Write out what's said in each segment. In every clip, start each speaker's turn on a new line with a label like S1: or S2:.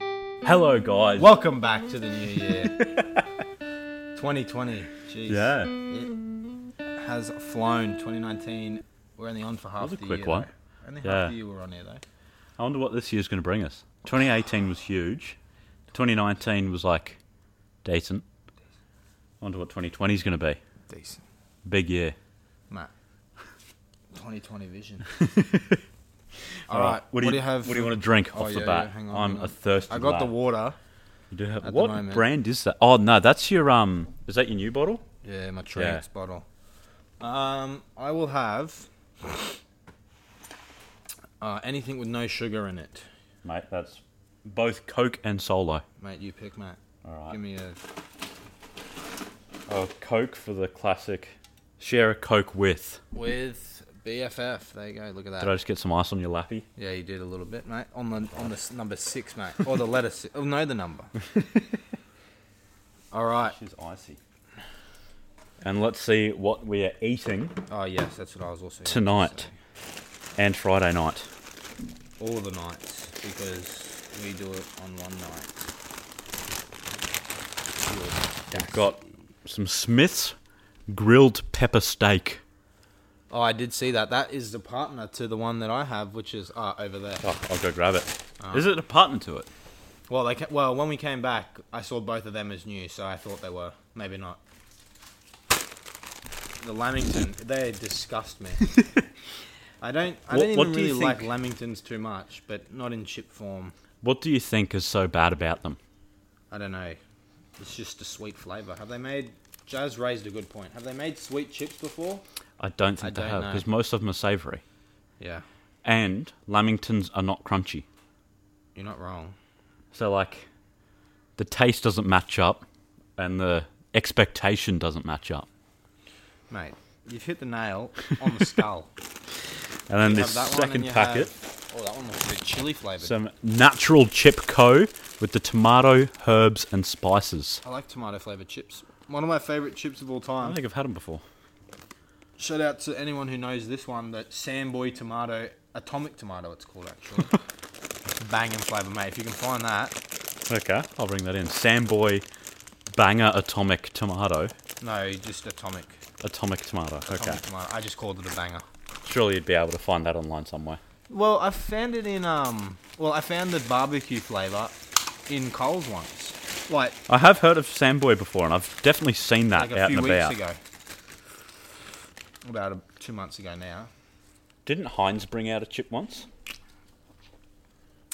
S1: Hello, guys.
S2: Welcome back to the new year. 2020. Jeez.
S1: yeah,
S2: It has flown. 2019. We're only on for half
S1: was a
S2: the
S1: quick
S2: year.
S1: one.
S2: though. Only
S1: Yeah.
S2: half the year we're on here, though.
S1: I wonder what this year's going to bring us. 2018 was huge. 2019 was like decent. I wonder what 2020 is going to be.
S2: Decent.
S1: Big year.
S2: Nah. 2020 vision.
S1: All
S2: All right. What do you, have?
S1: What do you want to drink
S2: Oh,
S1: off the
S2: yeah,
S1: bat?
S2: yeah, hang on,
S1: I'm
S2: hang on.
S1: a thirsty.
S2: I got the
S1: lad.
S2: water.
S1: You do have-
S2: at the
S1: what
S2: moment.
S1: brand is that? Oh no, that's your um. Is that your new bottle?
S2: Yeah, my trance bottle. Um, I will have uh, anything with no sugar in it,
S1: Mate, that's both Coke and Solo.
S2: mate. You pick, mate.
S1: All right.
S2: Give me a
S1: Oh, Coke for the classic. Share a Coke with.
S2: with BFF. There you go. Look at that.
S1: Did I just get some ice on your lappy?
S2: Yeah, you did a little bit, mate. On the on the s- number six, mate, or the letter. Si- oh, no, the number. All right.
S1: She's icy. And let's see what we are eating
S2: Oh yes, that's what I was also gonna
S1: Tonight. and Friday night.
S2: say. All the nights because we do it on one night.
S1: We've got some Smith's grilled pepper steak.
S2: Oh, I did see that. That is the partner to the one that I have, which is uh, over there.
S1: Oh, I'll go grab it. Is it a partner to it?
S2: Well, they ca- well when we came back, I saw both of them as new, so I thought they were. Maybe not. The Lamington, they disgust me. I don't. I
S1: What-
S2: don't
S1: what
S2: even
S1: do you
S2: really like
S1: think-
S2: Lamingtons too much, but not in chip form.
S1: What do you think is so bad about them?
S2: I don't know. It's just a sweet flavor. Have they made? Jazz raised a good point. Have they made sweet chips before?
S1: I don't think they
S2: I don't
S1: have
S2: know.
S1: because most of them are savoury.
S2: Yeah,
S1: And lamingtons are not crunchy.
S2: you're not wrong.
S1: So like the taste doesn't match up and the expectation doesn't match up.
S2: Mate, you've hit the nail on the skull.
S1: And then
S2: You
S1: this
S2: have that one and
S1: second
S2: you
S1: packet,
S2: have- oh, that one looks a bit chili flavored.
S1: some natural chip co with the tomato, herbs and spices.
S2: I like tomato flavored chips. One of my favorite chips of all
S1: I
S2: time.
S1: don't think I've had them before.
S2: Shout out to anyone who knows this one. That Samboy tomato, atomic tomato, it's called actually. Banging flavor, mate. If you can find that.
S1: Okay, I'll bring that in. Samboy Banger Atomic Tomato.
S2: No, just atomic.
S1: Atomic Tomato.
S2: Atomic
S1: Okay.
S2: tomato. I just called it a banger.
S1: Surely you'd be able to find that online somewhere.
S2: Well, I found it in um. Well, I found the barbecue flavor in Coles once, like
S1: I have heard of Samboy before and I've definitely seen that
S2: like a
S1: out
S2: few
S1: and
S2: weeks
S1: about.
S2: ago. About a, two months ago now.
S1: Didn't Heinz bring out a chip once?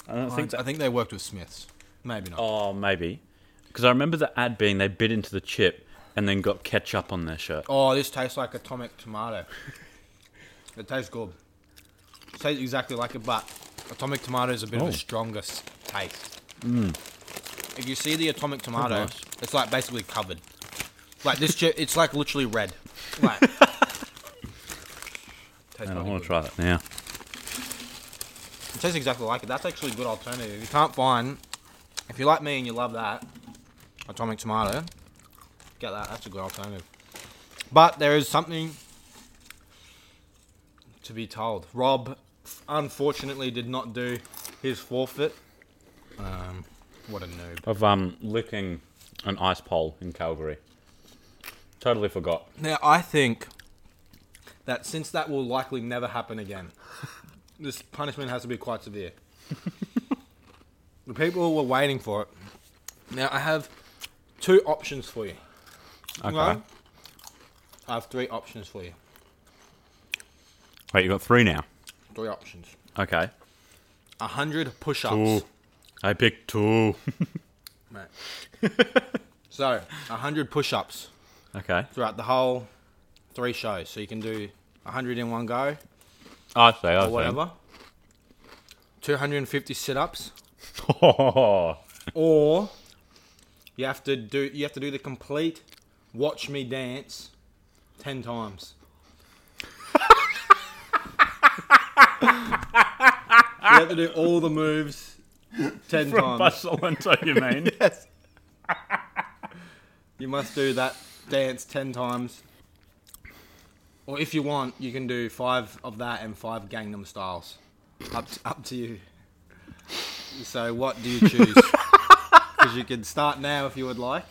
S1: I don't
S2: I
S1: think
S2: think, I think they worked with Smiths. Maybe not.
S1: Oh, maybe. Because I remember the ad being they bit into the chip and then got ketchup on their shirt.
S2: Oh, this tastes like atomic tomato. it tastes good. It tastes exactly like it, but atomic tomato is a bit
S1: Oh.
S2: of a stronger s- taste. Mm. If you see the atomic tomato,
S1: Oh, nice.
S2: it's like basically covered. Like this, chip, it's like literally red. Like, tastes
S1: And I
S2: really
S1: want to
S2: good.
S1: try that now.
S2: It tastes exactly like it. That's actually a good alternative. If you can't find, if you're like me and you love that, atomic tomato, get that. That's a good alternative. But there is something to be told. Rob, unfortunately, did not do his forfeit. Um, what a noob.
S1: Of um, licking an ice pole in Calgary. Totally forgot.
S2: Now, I think that since that will likely never happen again, this punishment has to be quite severe. the people were waiting for it. Now, I have two options for you.
S1: Okay.
S2: Well, I have three options for you.
S1: Wait, you got three now.
S2: Three options.
S1: Okay.
S2: A hundred
S1: Ooh.
S2: push-ups.
S1: I picked two.
S2: Mate. so, a hundred push-ups
S1: okay.
S2: throughout the whole three shows. So you can do a hundred in one go,
S1: I see, I
S2: or whatever. Two hundred and fifty sit-ups,
S1: see.
S2: or you have to do you have to do the complete "Watch Me Dance" ten times. you have to do all the moves ten times.
S1: Barcelona, you mean?
S2: Yes. you must do that dance 10 times. Or if you want, you can do five of that and five Gangnam Styles. Up to, up to you. So, what do you choose? because you can start now if you would like.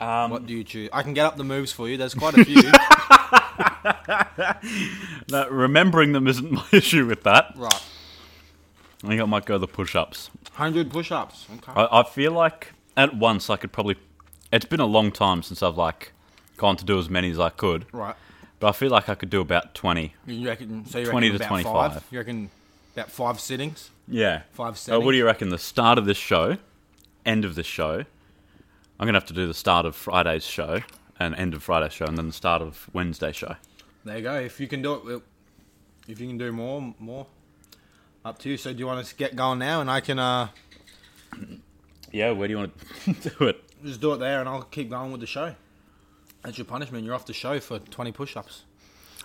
S1: Um,
S2: What do you choose? I can get up the moves for you. There's quite a few.
S1: that- remembering them isn't my issue with that.
S2: right.
S1: I think I might go the push-ups.
S2: 100 push ups. Okay.
S1: I, I feel like at once I could probably. It's been a long time since I've like gone to do as many as I could,
S2: Right.
S1: but I feel like I could do about twenty.
S2: You reckon, so you
S1: 20
S2: reckon
S1: to
S2: about
S1: 25.
S2: five? You reckon about five sittings?
S1: Yeah,
S2: Five
S1: Uh, what
S2: settings?
S1: do you reckon? The start of this show, end of this show. I'm gonna have to do the start of Friday's show and end of Friday's show, and then the start of Wednesday's show.
S2: There you go. If you can do it, well, if you can do more, more. Up to you. So do you want to get going now and I can uh,
S1: Yeah, where do you want to do it?
S2: just do it there and I'll keep going with the show? That's your punishment. You're off the show for 20 push ups.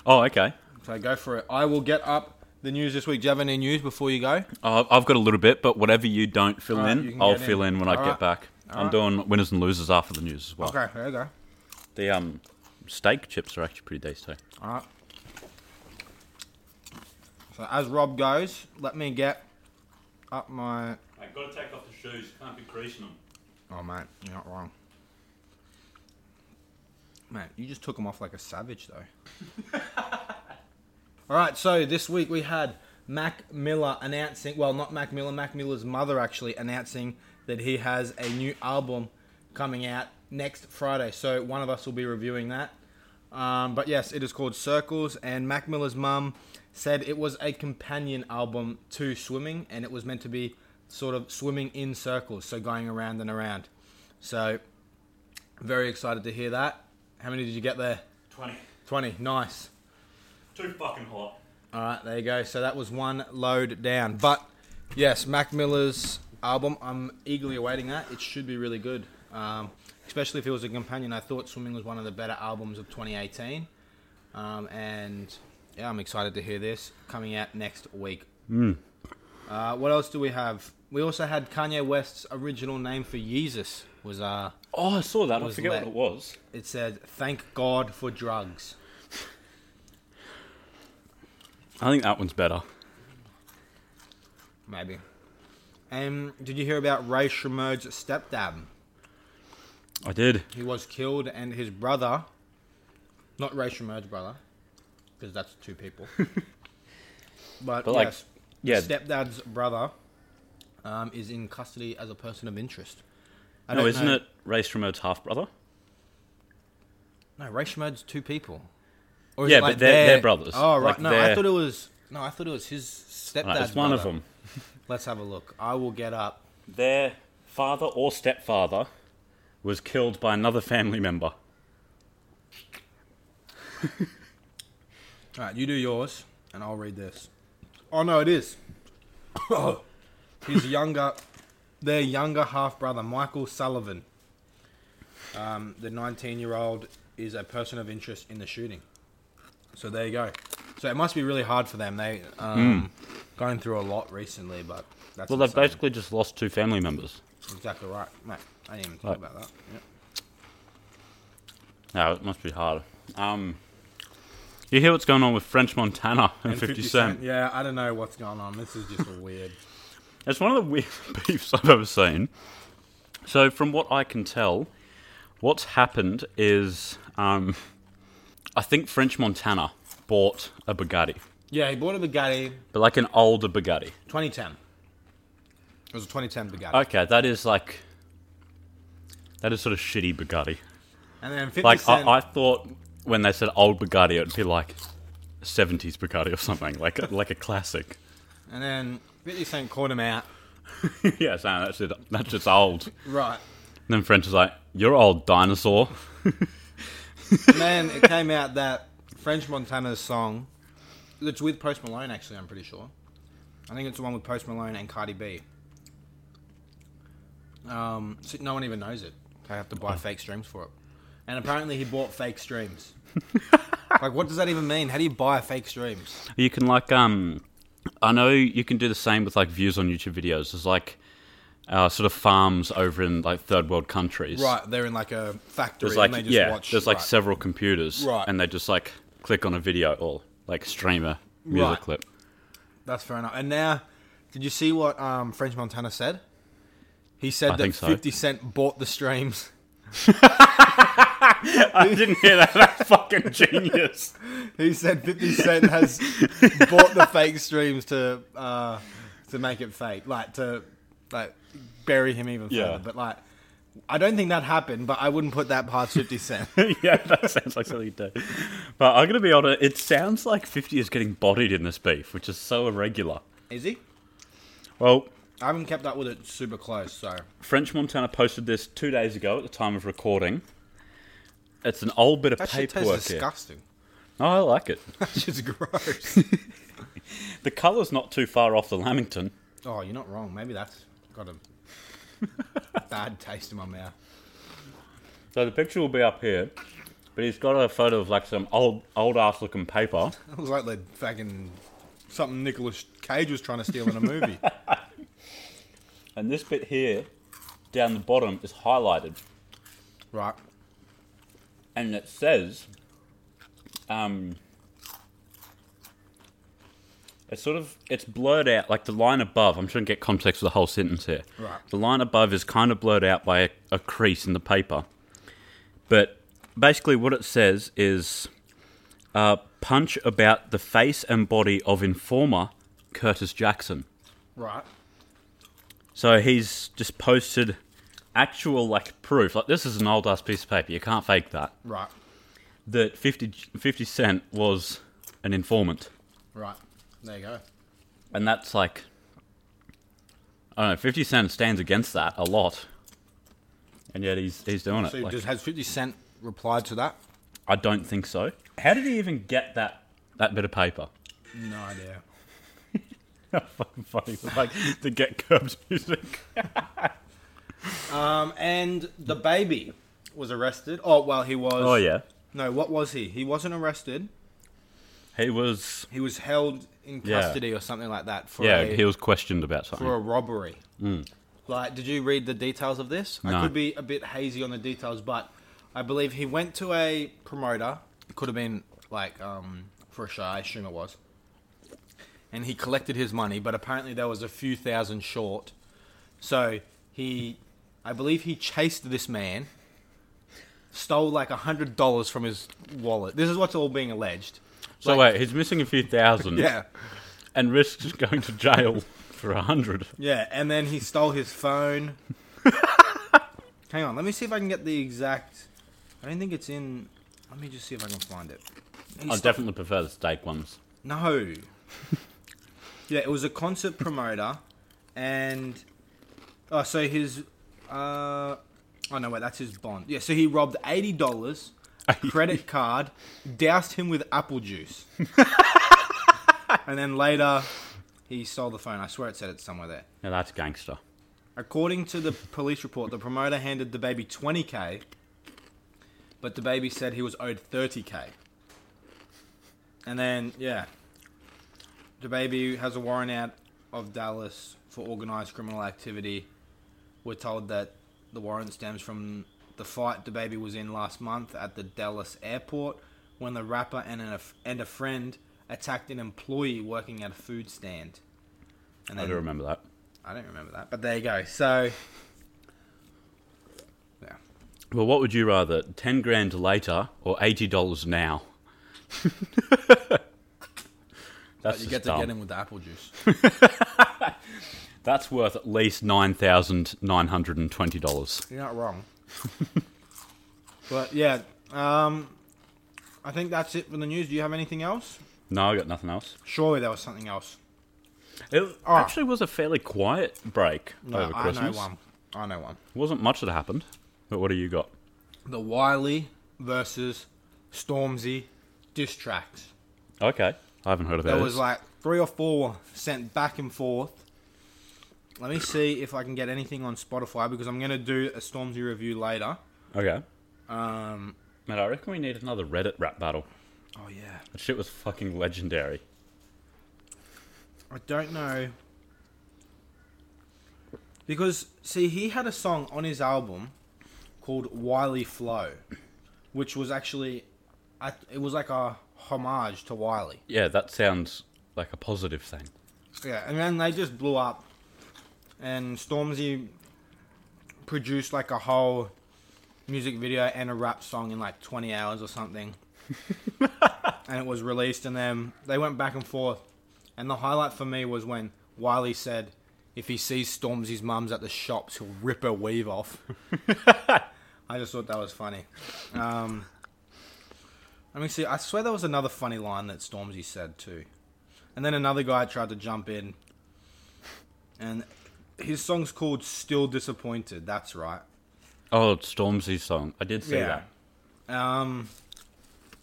S1: Oh, okay.
S2: So go for it. I will get up the news this week. Do you have any news before you go?
S1: Uh, I've got a little bit, but whatever you don't fill
S2: Alright, you
S1: in,
S2: can
S1: I'll
S2: get in.
S1: fill in when I
S2: Alright.
S1: get back. I'm
S2: Alright.
S1: doing winners and losers after the news as well.
S2: Okay, there you go.
S1: The um, steak chips are actually pretty tasty.
S2: All right. So as Rob goes, let me get up my.
S1: I've got to take off the shoes. Can't be creasing them.
S2: Oh, mate, you're not wrong. Mate, you just took them off like a savage, though. All right, so this week we had Mac Miller announcing, well, not Mac Miller, Mac Miller's mother actually announcing that he has a new album coming out next Friday. So one of us will be reviewing that. Um, but yes, it is called Circles, and Mac Miller's mum said it was a companion album to Swimming, and it was meant to be sort of swimming in circles, so going around and around. So, very excited to hear that. How many did you get there?
S1: 20.
S2: 20. Nice.
S1: Too fucking hot.
S2: All right, there you go. So that was one load down. But yes, Mac Miller's album. I'm eagerly awaiting that. It should be really good, um, especially if it was a companion. I thought Swimming was one of the better albums of 2018, um, and yeah, I'm excited to hear this coming out next week. Uh, what else do we have? We also had Kanye West's original name for Yeezus was uh,
S1: Oh, I saw that. I
S2: Was
S1: forget
S2: lit.
S1: what it was.
S2: it said "Thank God for drugs."
S1: I think that one's better.
S2: Maybe. Um, did you hear about Ray Shrimerd's stepdad?
S1: I did.
S2: He was killed, and his brother, not Ray Shrimerd's brother, because that's two people. but
S1: But, like,
S2: yes,
S1: yeah.
S2: stepdad's brother um, is in custody as a person of interest. I
S1: No,
S2: don't
S1: isn't
S2: know-
S1: it Ray Shremmerd's half brother?
S2: No, Ray Shrimerd's two people. Or
S1: Yeah, but they're- they're brothers.
S2: Oh right,
S1: Like,
S2: no, I
S1: they're-
S2: thought it was no, I thought it was his stepdad's
S1: Right, it's one of
S2: brother.
S1: them.
S2: Let's have a look. I will get up.
S1: Their father or stepfather was killed by another family member.
S2: All right, you do yours, and I'll read this. Oh no, it is. His younger, their younger half brother, Michael Sullivan. Um, the 19-year-old is a person of interest in the shooting. So there you go. So it must be really hard for them. They um, going through a lot recently, but that's
S1: Hmm. Well, they've
S2: insane.
S1: basically just lost two family members.
S2: exactly right, mate. I didn't even think
S1: Right.
S2: about that. Yep.
S1: No, it must be hard. Um, you hear what's going on with French Montana and, 50, Cent?
S2: Yeah, I don't know what's going on. This is just weird.
S1: It's one of the weirdest beefs I've ever seen. So, from what I can tell, what's happened is um, I think French Montana bought a Bugatti,
S2: Yeah, he bought a Bugatti,
S1: but like an older Bugatti.
S2: 2010. It was a 2010 Bugatti.
S1: Okay, that is like. That is sort of shitty Bugatti.
S2: And then 50
S1: Like,
S2: Cent.
S1: I, I thought when they said old Bugatti, it'd be like 70s Bugatti or something, like a, like a classic.
S2: and then 50 Cent called him out.
S1: yeah, Sam, that's, it. that's just old.
S2: Right.
S1: And then French was like, You're old dinosaur.
S2: And then it came out that French Montana's song, that's with Post Malone, actually, I'm pretty sure. I think it's the one with Post Malone and Cardi B. Um, so no one even knows it. They have to buy fake streams for it. And apparently he bought fake streams. like, what does that even mean? How do you buy fake streams?
S1: You can like um, I know you can do the same with like views on YouTube videos. There's like uh, sort of farms over in like third world countries.
S2: Right, they're in like a factory
S1: There's like
S2: and they just
S1: yeah,
S2: watch.
S1: there's like
S2: right.
S1: several computers,
S2: Right.
S1: And they just like click on a video or like stream a music
S2: Right.
S1: clip.
S2: That's fair enough. And now, did you see what um, French Montana said? He said
S1: I
S2: that
S1: think so.
S2: 50 Cent bought the streams.
S1: I didn't hear that. That's fucking genius.
S2: He said 50 Cent has bought the fake streams to uh, to make it fake, like to like bury him even
S1: Yeah.
S2: further. But like, I don't think that happened. But I wouldn't put that past 50 Cent.
S1: yeah, that sounds like something you'd do. But I'm gonna be honest. It sounds like 50 is getting bodied in this beef, which is so irregular.
S2: Is he?
S1: Well,
S2: I haven't kept up with it super close, so
S1: French Montana posted this two days ago at the time of recording. It's an old bit of
S2: that shit tastes
S1: paperwork here.
S2: disgusting.
S1: Oh, I like it.
S2: That shit's gross.
S1: The colour's not too far off the Lamington.
S2: oh, you're not wrong. Maybe that's got a bad taste in my mouth.
S1: So the picture will be up here, but he's got a photo of like some old old ass looking paper.
S2: It was like the fucking something Nicolas Cage was trying to steal in a movie.
S1: And this bit here, down the bottom, is highlighted,
S2: right.
S1: and it says, um, it's sort of it's blurred out like the line above. I'm trying to get context for the whole sentence here.
S2: Right.
S1: The line above is kind of blurred out by a, a crease in the paper, but basically what it says is, uh, punch about the face and body of informer Curtis Jackson.
S2: Right.
S1: So he's just posted actual like proof. Like this is an old ass piece of paper. You can't fake that.
S2: Right.
S1: That 50, 50 Cent was an informant,
S2: Right. There you go.
S1: and that's like I don't know. Fifty Cent stands against that a lot, and yet he's he's doing it.
S2: So
S1: Like,
S2: just has Fifty Cent replied to that?
S1: I don't think so. How did he even get that that bit of paper?
S2: No idea.
S1: How fucking funny! was, Like the Get Curbs music.
S2: Um, and the baby was arrested. Oh well, he was.
S1: Oh yeah,
S2: No, what was he? He wasn't arrested.
S1: he was.
S2: He was held in
S1: Yeah.
S2: custody or something like that for
S1: Yeah,
S2: a,
S1: he was questioned about something.
S2: for a robbery. Like, did you read the details of this?
S1: No.
S2: I could be a bit hazy on the details, but I believe he went to a promoter. It could have been like um, for a show. I assume it was. And he collected his money, but apparently there was a few thousand short. So he, I believe he chased this man, stole like a hundred dollars from his wallet. This is what's all being alleged.
S1: so
S2: like-
S1: wait, he's missing a few thousand.
S2: Yeah.
S1: and risks going to jail for a hundred.
S2: Yeah, and then he stole his phone. Hang on, let me see if I can get the exact. I don't think it's in. Let me just see if I can find it. He
S1: I
S2: sto-
S1: definitely prefer the steak ones.
S2: no. yeah, it was a concert promoter, and oh, so his. Uh, oh no, wait, that's his bond. Yeah, so he robbed eighty dollars, credit card, doused him with apple juice, and then later he stole the phone. I swear it said it somewhere there.
S1: Now that's gangster.
S2: According to the police report, the promoter handed the baby 20k, but the baby said he was owed 30k. And then, yeah, the baby has a warrant out of Dallas for organized criminal activity. We're told that the warrant stems from the fight the baby was in last month at the Dallas airport when the rapper and a, and a friend attacked an employee working at a food stand. And
S1: I do remember that.
S2: I don't remember that, but there you go. So, yeah,
S1: Well, what would you rather, ten grand later or eighty dollars now? that's
S2: you
S1: just
S2: get to
S1: dumb.
S2: get in with the apple juice.
S1: That's worth at least nine thousand nine hundred and twenty dollars.
S2: You're not wrong. but yeah, um, I think that's it for the news. Do you have anything else?
S1: No, I got nothing else.
S2: Surely there was something else.
S1: It actually was a fairly quiet break over
S2: Ah. I
S1: Christmas.
S2: know one. I know one.
S1: Wasn't much that happened. But what do you got?
S2: The Wiley versus Stormzy diss tracks.
S1: Okay, I haven't heard of
S2: There
S1: that.
S2: was like three or four sent back and forth. Let me see if I can get anything on Spotify because I'm gonna do a Stormzy review later.
S1: okay,
S2: Um,
S1: man, I reckon we need another Reddit rap battle.
S2: oh yeah.
S1: That shit was fucking legendary.
S2: I don't know. Because, see, he had a song on his album called Wiley Flow, which was actually, I- it was like a homage to Wiley.
S1: Yeah, that sounds like a positive thing.
S2: Yeah, and then they just blew up. And Stormzy produce like a whole music video and a rap song in like 20 hours or something. and it was released, and then they went back and forth. And the highlight for me was when Wiley said, if he sees Stormzy's mum's at the shops, he'll rip her weave off. I just thought that was funny. Um, let me see. I swear there was another funny line that Stormzy said too. And then another guy tried to jump in. And his song's called Still Disappointed. That's right.
S1: Oh, it's Stormzy's song. I did see that.
S2: Um,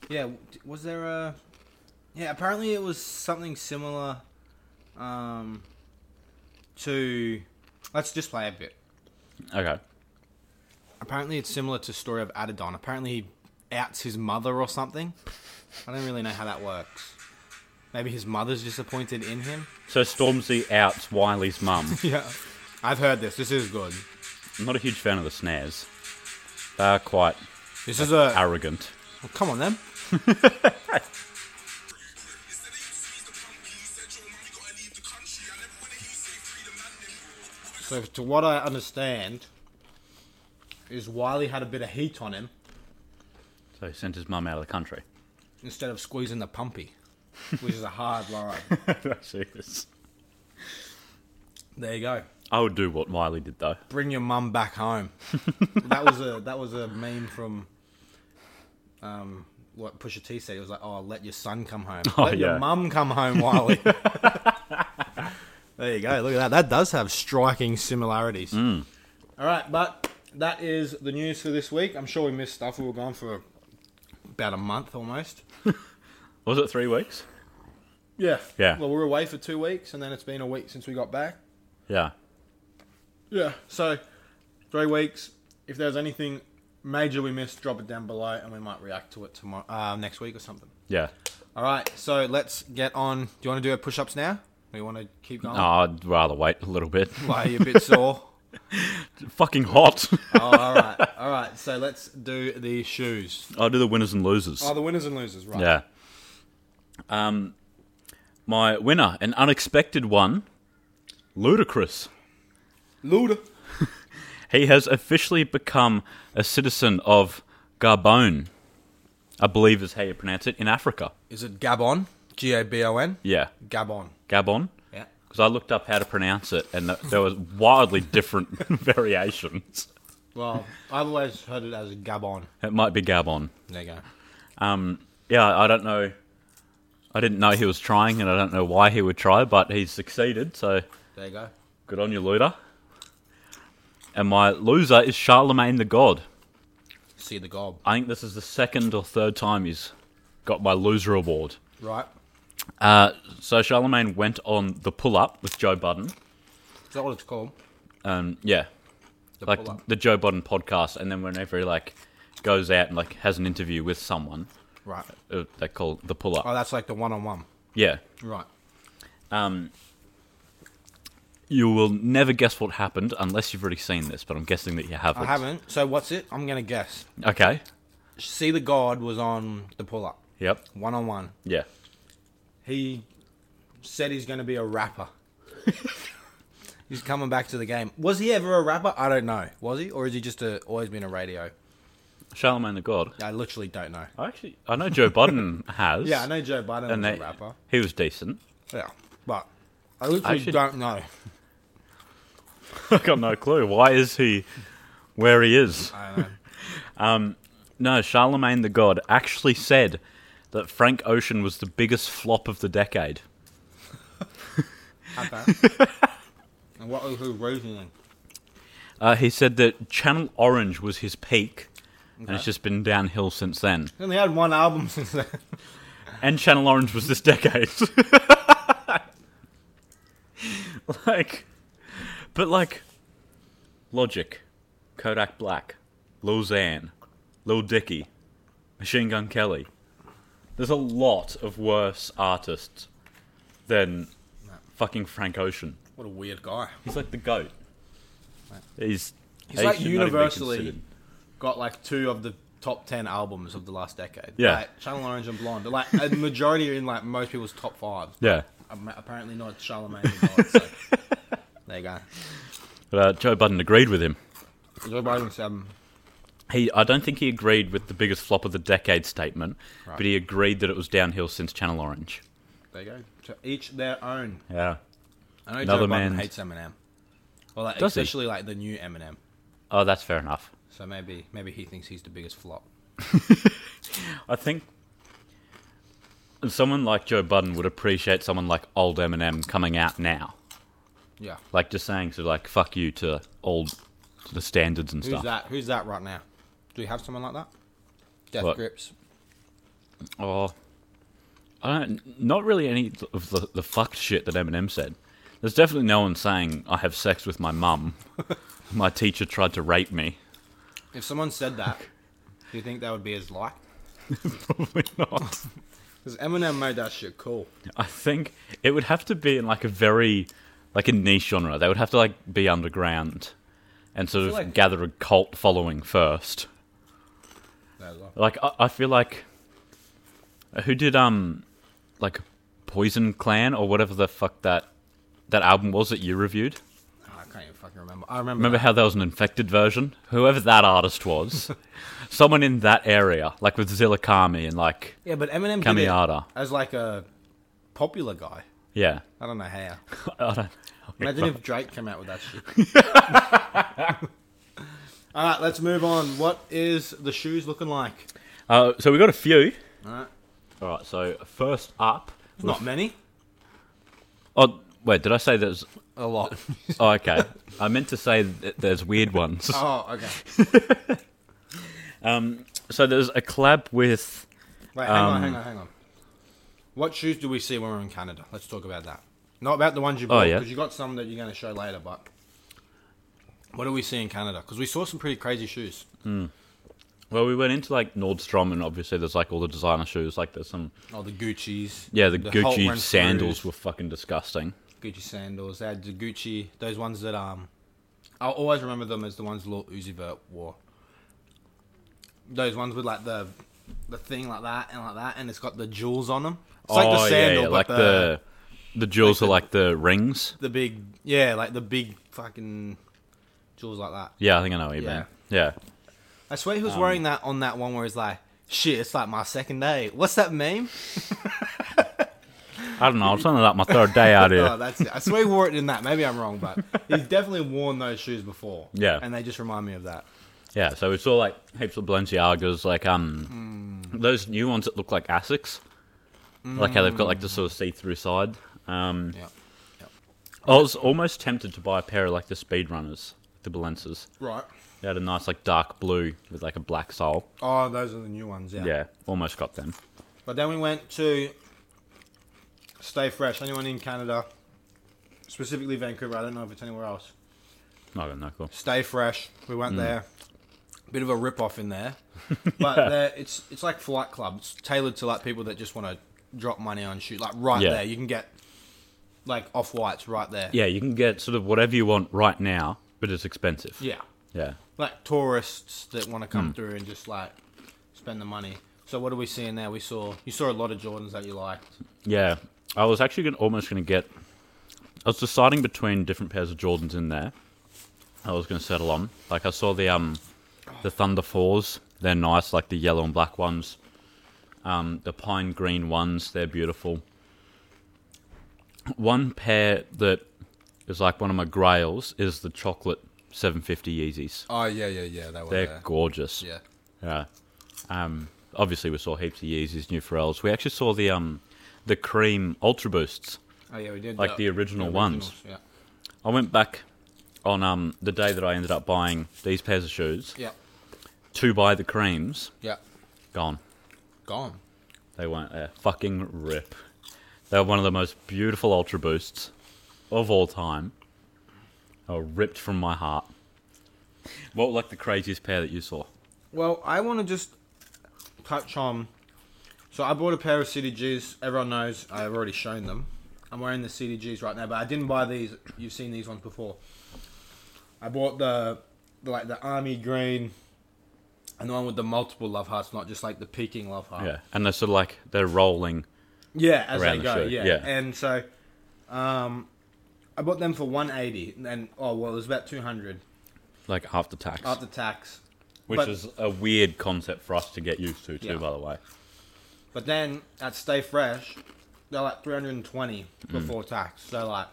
S2: yeah, w- was there a. Yeah, apparently it was something similar um, to. Let's just play a bit.
S1: Okay.
S2: Apparently it's similar to Story of Adidon. Apparently he outs his mother or something. I don't really know how that works. Maybe his mother's disappointed in him?
S1: So Stormzy outs Wiley's mum.
S2: Yeah. I've heard this. This is good.
S1: I'm not a huge fan of the snares. They are quite
S2: This is a.
S1: arrogant.
S2: Oh, come on then. So, to what I understand, is Wiley had a bit of heat on him
S1: So he sent his mum out of the country.
S2: instead of squeezing the pumpy, which is a hard line.
S1: I see this.
S2: There you go.
S1: I would do what Wiley did though.
S2: Bring your mum back home. that was a that was a meme from um, what Pusha T said. It was like, "Oh, let your son come home.
S1: Oh,
S2: let
S1: yeah.
S2: your mum come home, Wiley." there you go. Look at that. That does have striking similarities.
S1: Hmm.
S2: All right, but that is the news for this week. I'm sure we missed stuff. We were gone for about a month almost.
S1: Was it three weeks?
S2: Yeah.
S1: Yeah.
S2: Well, we were away for two weeks, and then it's been a week since we got back.
S1: Yeah.
S2: Yeah. So, three weeks. If there's anything major we missed, drop it down below, and we might react to it tomorrow, uh, next week or something.
S1: Yeah.
S2: All right. So let's get on. Do you want to do a push-ups now? Or you want to keep going?
S1: No, I'd rather wait a little bit.
S2: Why are you a bit sore?
S1: Fucking hot.
S2: Oh, all right. All right. So let's do the shoes.
S1: I'll do the winners and losers.
S2: Oh, the winners and losers, right?
S1: Yeah. Um, my winner, an unexpected one, Ludacris.
S2: Luda.
S1: He has officially become a citizen of Gabon. I believe is how you pronounce it in Africa.
S2: Is it Gabon? G A B O N.
S1: Yeah,
S2: Gabon.
S1: Gabon.
S2: Yeah.
S1: Because I looked up how to pronounce it, and th- there was wildly different variations.
S2: Well, I've always heard it as Gabon.
S1: It might be Gabon.
S2: There you go.
S1: Um, yeah, I don't know. I didn't know he was trying, and I don't know why he would try, but he's succeeded. So
S2: There you go.
S1: Good on you, Luda. And my loser is Charlemagne the God.
S2: See the gob.
S1: I think this is the second or third time he's got my loser award.
S2: Right.
S1: Uh, so Charlemagne went on the pull up with Joe Budden.
S2: Is that what it's called?
S1: Um, yeah,
S2: The
S1: like
S2: pull-up.
S1: the Joe Budden podcast. And then whenever he like goes out and like has an interview with someone,
S2: Right.
S1: uh, they call it the pull
S2: Oh,
S1: up.
S2: that's like the one on one.
S1: Yeah.
S2: Right.
S1: Um, you will never guess what happened unless you've already seen this, but I'm guessing that you haven't.
S2: I haven't. So what's it? I'm gonna guess.
S1: Okay.
S2: See the God was on the pull up.
S1: Yep.
S2: One on one.
S1: Yeah.
S2: He said he's gonna be a rapper. he's coming back to the game. Was he ever a rapper? I don't know. Was he? Or is he just a, always been a radio?
S1: Charlemagne the God.
S2: I literally don't know.
S1: I actually, I know Joe Budden has.
S2: Yeah, I know Joe Biden
S1: And
S2: was
S1: they,
S2: a rapper.
S1: he was decent.
S2: Yeah. But I literally
S1: I should-
S2: don't know.
S1: I got no clue. Why is he where he is? Um,
S2: I don't know.
S1: No, Charlemagne the God actually said that Frank Ocean was the biggest flop of the decade.
S2: Okay. and what was his reasoning?
S1: Uh, he said that Channel Orange was his peak, and it's just been downhill since then.
S2: He only had one album since then.
S1: And Channel Orange was this decade. like, but like, Logic, Kodak Black, Lil Xan, Lil Dicky, Machine Gun Kelly. There's a lot of worse artists than fucking Frank Ocean.
S2: What a weird guy.
S1: He's like the goat. He's
S2: He's
S1: he
S2: like
S1: should not even be
S2: universally-
S1: considered.
S2: got like two of the top 10 albums of the last decade.
S1: Yeah.
S2: Like Channel Orange and Blonde. Like a majority are in like most people's top five.
S1: Yeah,
S2: Um, apparently not Charlemagne. and God, so. There you go.
S1: but uh, Joe Budden agreed with him.
S2: Joe Biden seven.
S1: He, I don't think he agreed with the biggest flop of the decade statement,
S2: Right.
S1: but he agreed that it was downhill since Channel Orange.
S2: There you go. To each their own.
S1: Yeah.
S2: I know
S1: Another
S2: Joe Biden
S1: man's-
S2: hates Eminem. Well, like,
S1: Does he?
S2: especially like the new Eminem.
S1: Oh, that's fair enough.
S2: So maybe maybe he thinks he's the biggest flop.
S1: I think someone like Joe Budden would appreciate someone like old Eminem coming out now,
S2: Yeah.
S1: like just saying so like "fuck you" to old to the standards and
S2: Who's
S1: stuff.
S2: that? Who's that right now? Do we have someone like that? Death
S1: What?
S2: grips.
S1: Or I don't, not really any of the, the fucked shit that Eminem said. There's definitely no one saying I have sex with my mum. my teacher tried to rape me.
S2: If someone said that, do you think that would be his like?
S1: Probably not.
S2: Because Eminem made that shit cool.
S1: I think it would have to be in like a very like a niche genre. They would have to like be underground and sort of
S2: like-
S1: gather a cult following first.
S2: That was all.
S1: Like I, I feel like who did um like Poison Clan or whatever the fuck that that album was that you reviewed?
S2: Oh, I can't even fucking remember. I remember.
S1: Remember how there was an infected version? Whoever that artist was, someone in that area, like with Zilla Kami and like
S2: that. yeah, but Eminem did it
S1: Kamiata.
S2: as like a popular guy.
S1: Yeah.
S2: I don't know how.
S1: I don't-
S2: Imagine if Drake came out with that shit. All right, let's move on. What is the shoes looking like?
S1: Uh, so we got a few.
S2: All right,
S1: All right. So first up,
S2: not many.
S1: Oh, wait, did I say there's.
S2: A lot.
S1: Oh, okay. I meant to say that there's weird ones.
S2: oh, okay.
S1: So there's a collab with.
S2: Wait, hang on, hang
S1: Um,
S2: on, hang on. What shoes do we see when we're in Canada? Let's talk about that. Not about the ones you bought,
S1: Oh, yeah.
S2: because you got some that you're going to show later, but what do we see in Canada? Because we saw some pretty crazy shoes.
S1: Well, we went into like Nordstrom, and obviously there's like all the designer shoes. Like there's some.
S2: Oh, the Gucci's.
S1: Yeah, the,
S2: Holt
S1: Gucci
S2: Renfrews,
S1: sandals were fucking disgusting.
S2: Gucci sandals. They had the Gucci, those ones that, um, I'll always remember them as the ones Lil Uzi Vert wore. Those ones with like the the thing like that and like that, and it's got the jewels on them. It's like the sandal, but
S1: Oh, like
S2: the,
S1: the. The jewels
S2: like
S1: are like the rings.
S2: the big yeah, like the big fucking jewels like that.
S1: Yeah, I think I know what you
S2: Yeah.
S1: mean. Yeah.
S2: I swear he was wearing that on that one where he's like, shit, it's like my second day. What's that meme?
S1: I don't know. I'm something like my third day out
S2: Oh,
S1: here.
S2: that's it. I swear he wore it in that. Maybe I'm wrong, but he's definitely worn those shoes before.
S1: Yeah.
S2: And they just remind me of that.
S1: Yeah, so we saw like heaps of Balenciagas, like um,
S2: Hmm.
S1: those new ones that look like Asics, like how they've got like the sort of see-through side. Um,
S2: Yeah.
S1: I was almost tempted to buy a pair of like the Speedrunners, the Balenciagas.
S2: Right.
S1: They had a nice like dark blue with like a black sole.
S2: Oh, those are the new ones, yeah.
S1: Yeah, almost got them.
S2: But then we went to Stay Fresh. Anyone in Canada, specifically Vancouver, I don't know if it's anywhere else.
S1: No, no, cool.
S2: Stay Fresh. We went
S1: Hmm.
S2: there. Bit of a rip off in there, but there it's it's like Flight Club. It's tailored to like people that just want to drop money on shoot. Like right
S1: Yeah.
S2: there, you can get like off whites right there.
S1: Yeah, you can get sort of whatever you want right now, but it's expensive.
S2: Yeah.
S1: yeah.
S2: like tourists that want to
S1: Hmm.
S2: come through and just like spend the money. So what are we seeing there? We saw you saw a lot of Jordans that you liked.
S1: Yeah, I was actually gonna, almost going to get. I was deciding between different pairs of Jordans in there. I was going to settle on. Like I saw the um, the Thunder Fours. They're nice, like the yellow and black ones. Um, the pine green ones. They're beautiful. One pair that is like one of my grails is the chocolate 750 Yeezys.
S2: Oh yeah, yeah, yeah. They were
S1: They're gorgeous.
S2: Yeah.
S1: Yeah. Um, obviously, we saw heaps of Yeezys, New Pharrells. We actually saw the um, the cream Ultra Boosts.
S2: Oh yeah, we did
S1: Like the original ones.
S2: Yeah.
S1: I went back on um, the day that I ended up buying these pairs of shoes
S2: Yeah.
S1: to buy the creams.
S2: Yeah.
S1: Gone.
S2: Gone.
S1: They weren't there. Fucking rip. They were one of the most beautiful Ultra Boosts of all time. They were ripped from my heart. What like the craziest pair that you saw?
S2: Well, I want to just touch on. So I bought a pair of CDGs. Everyone knows I've already shown them. I'm wearing the CDGs right now, but I didn't buy these. You've seen these ones before. I bought the, the like the army green, and the one with the multiple love hearts, not just like the peaking love heart.
S1: Yeah, and they're sort of like they're rolling.
S2: Yeah, as
S1: Around
S2: they
S1: the
S2: go.
S1: show,
S2: Yeah.
S1: yeah.
S2: and so, um, I bought them for one eighty, and oh well, it was about two hundred.
S1: Like after tax,
S2: after tax.
S1: which
S2: but-
S1: is a weird concept for us to get used to, too.
S2: Yeah.
S1: By the way,
S2: But then at Stay Fresh, they're like 320 before tax. So like,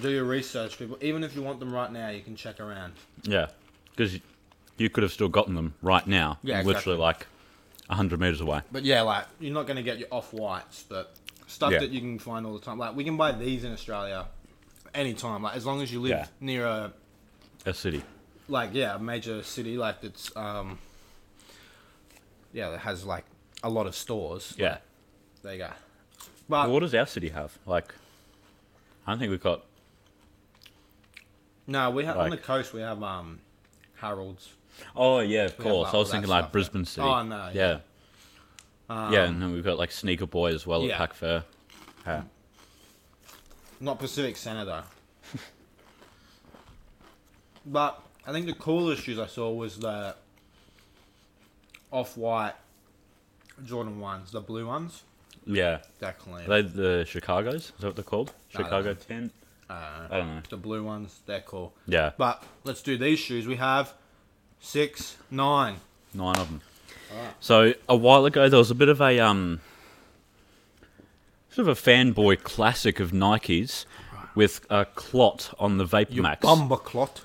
S2: do your research, people. Even if you want them right now, you can check around.
S1: yeah, because you could have still gotten them right now,
S2: Yeah, exactly.
S1: literally like hundred meters away.
S2: But yeah, like you're not gonna get your off whites, but stuff
S1: Yeah.
S2: that you can find all the time. Like we can buy these in Australia anytime. Like as long as you live
S1: Yeah.
S2: near a
S1: A city.
S2: like yeah a major city, like that's um yeah that has like a lot of stores.
S1: Yeah.
S2: There you go. But
S1: Well, what does our city have? Like, I don't think we've got.
S2: no, we have on the
S1: like-
S2: coast we have um Harold's.
S1: Oh yeah, of
S2: We
S1: course.
S2: have, like,
S1: I
S2: all
S1: was
S2: that
S1: thinking like
S2: stuff,
S1: Brisbane City.
S2: Oh, no, Um,
S1: Yeah. yeah, and then we've got like Sneaker Boy as well
S2: yeah.
S1: at Uh, Pack Fair. Yeah.
S2: Not Pacific Centre though. but I think the coolest shoes I saw was the off white Jordan ones, the blue ones.
S1: Yeah.
S2: They're clean.
S1: Are they the Chicago's? Is that what they're called?
S2: No,
S1: Chicago
S2: they're-
S1: Ten.
S2: Uh,
S1: I don't know.
S2: the blue ones, they're cool.
S1: Yeah,
S2: But let's do these shoes. We have six, nine.
S1: nine of them. So a while ago, there was a bit of a um, sort of a fanboy classic of Nikes with a clot on the Vapor Max.
S2: clot.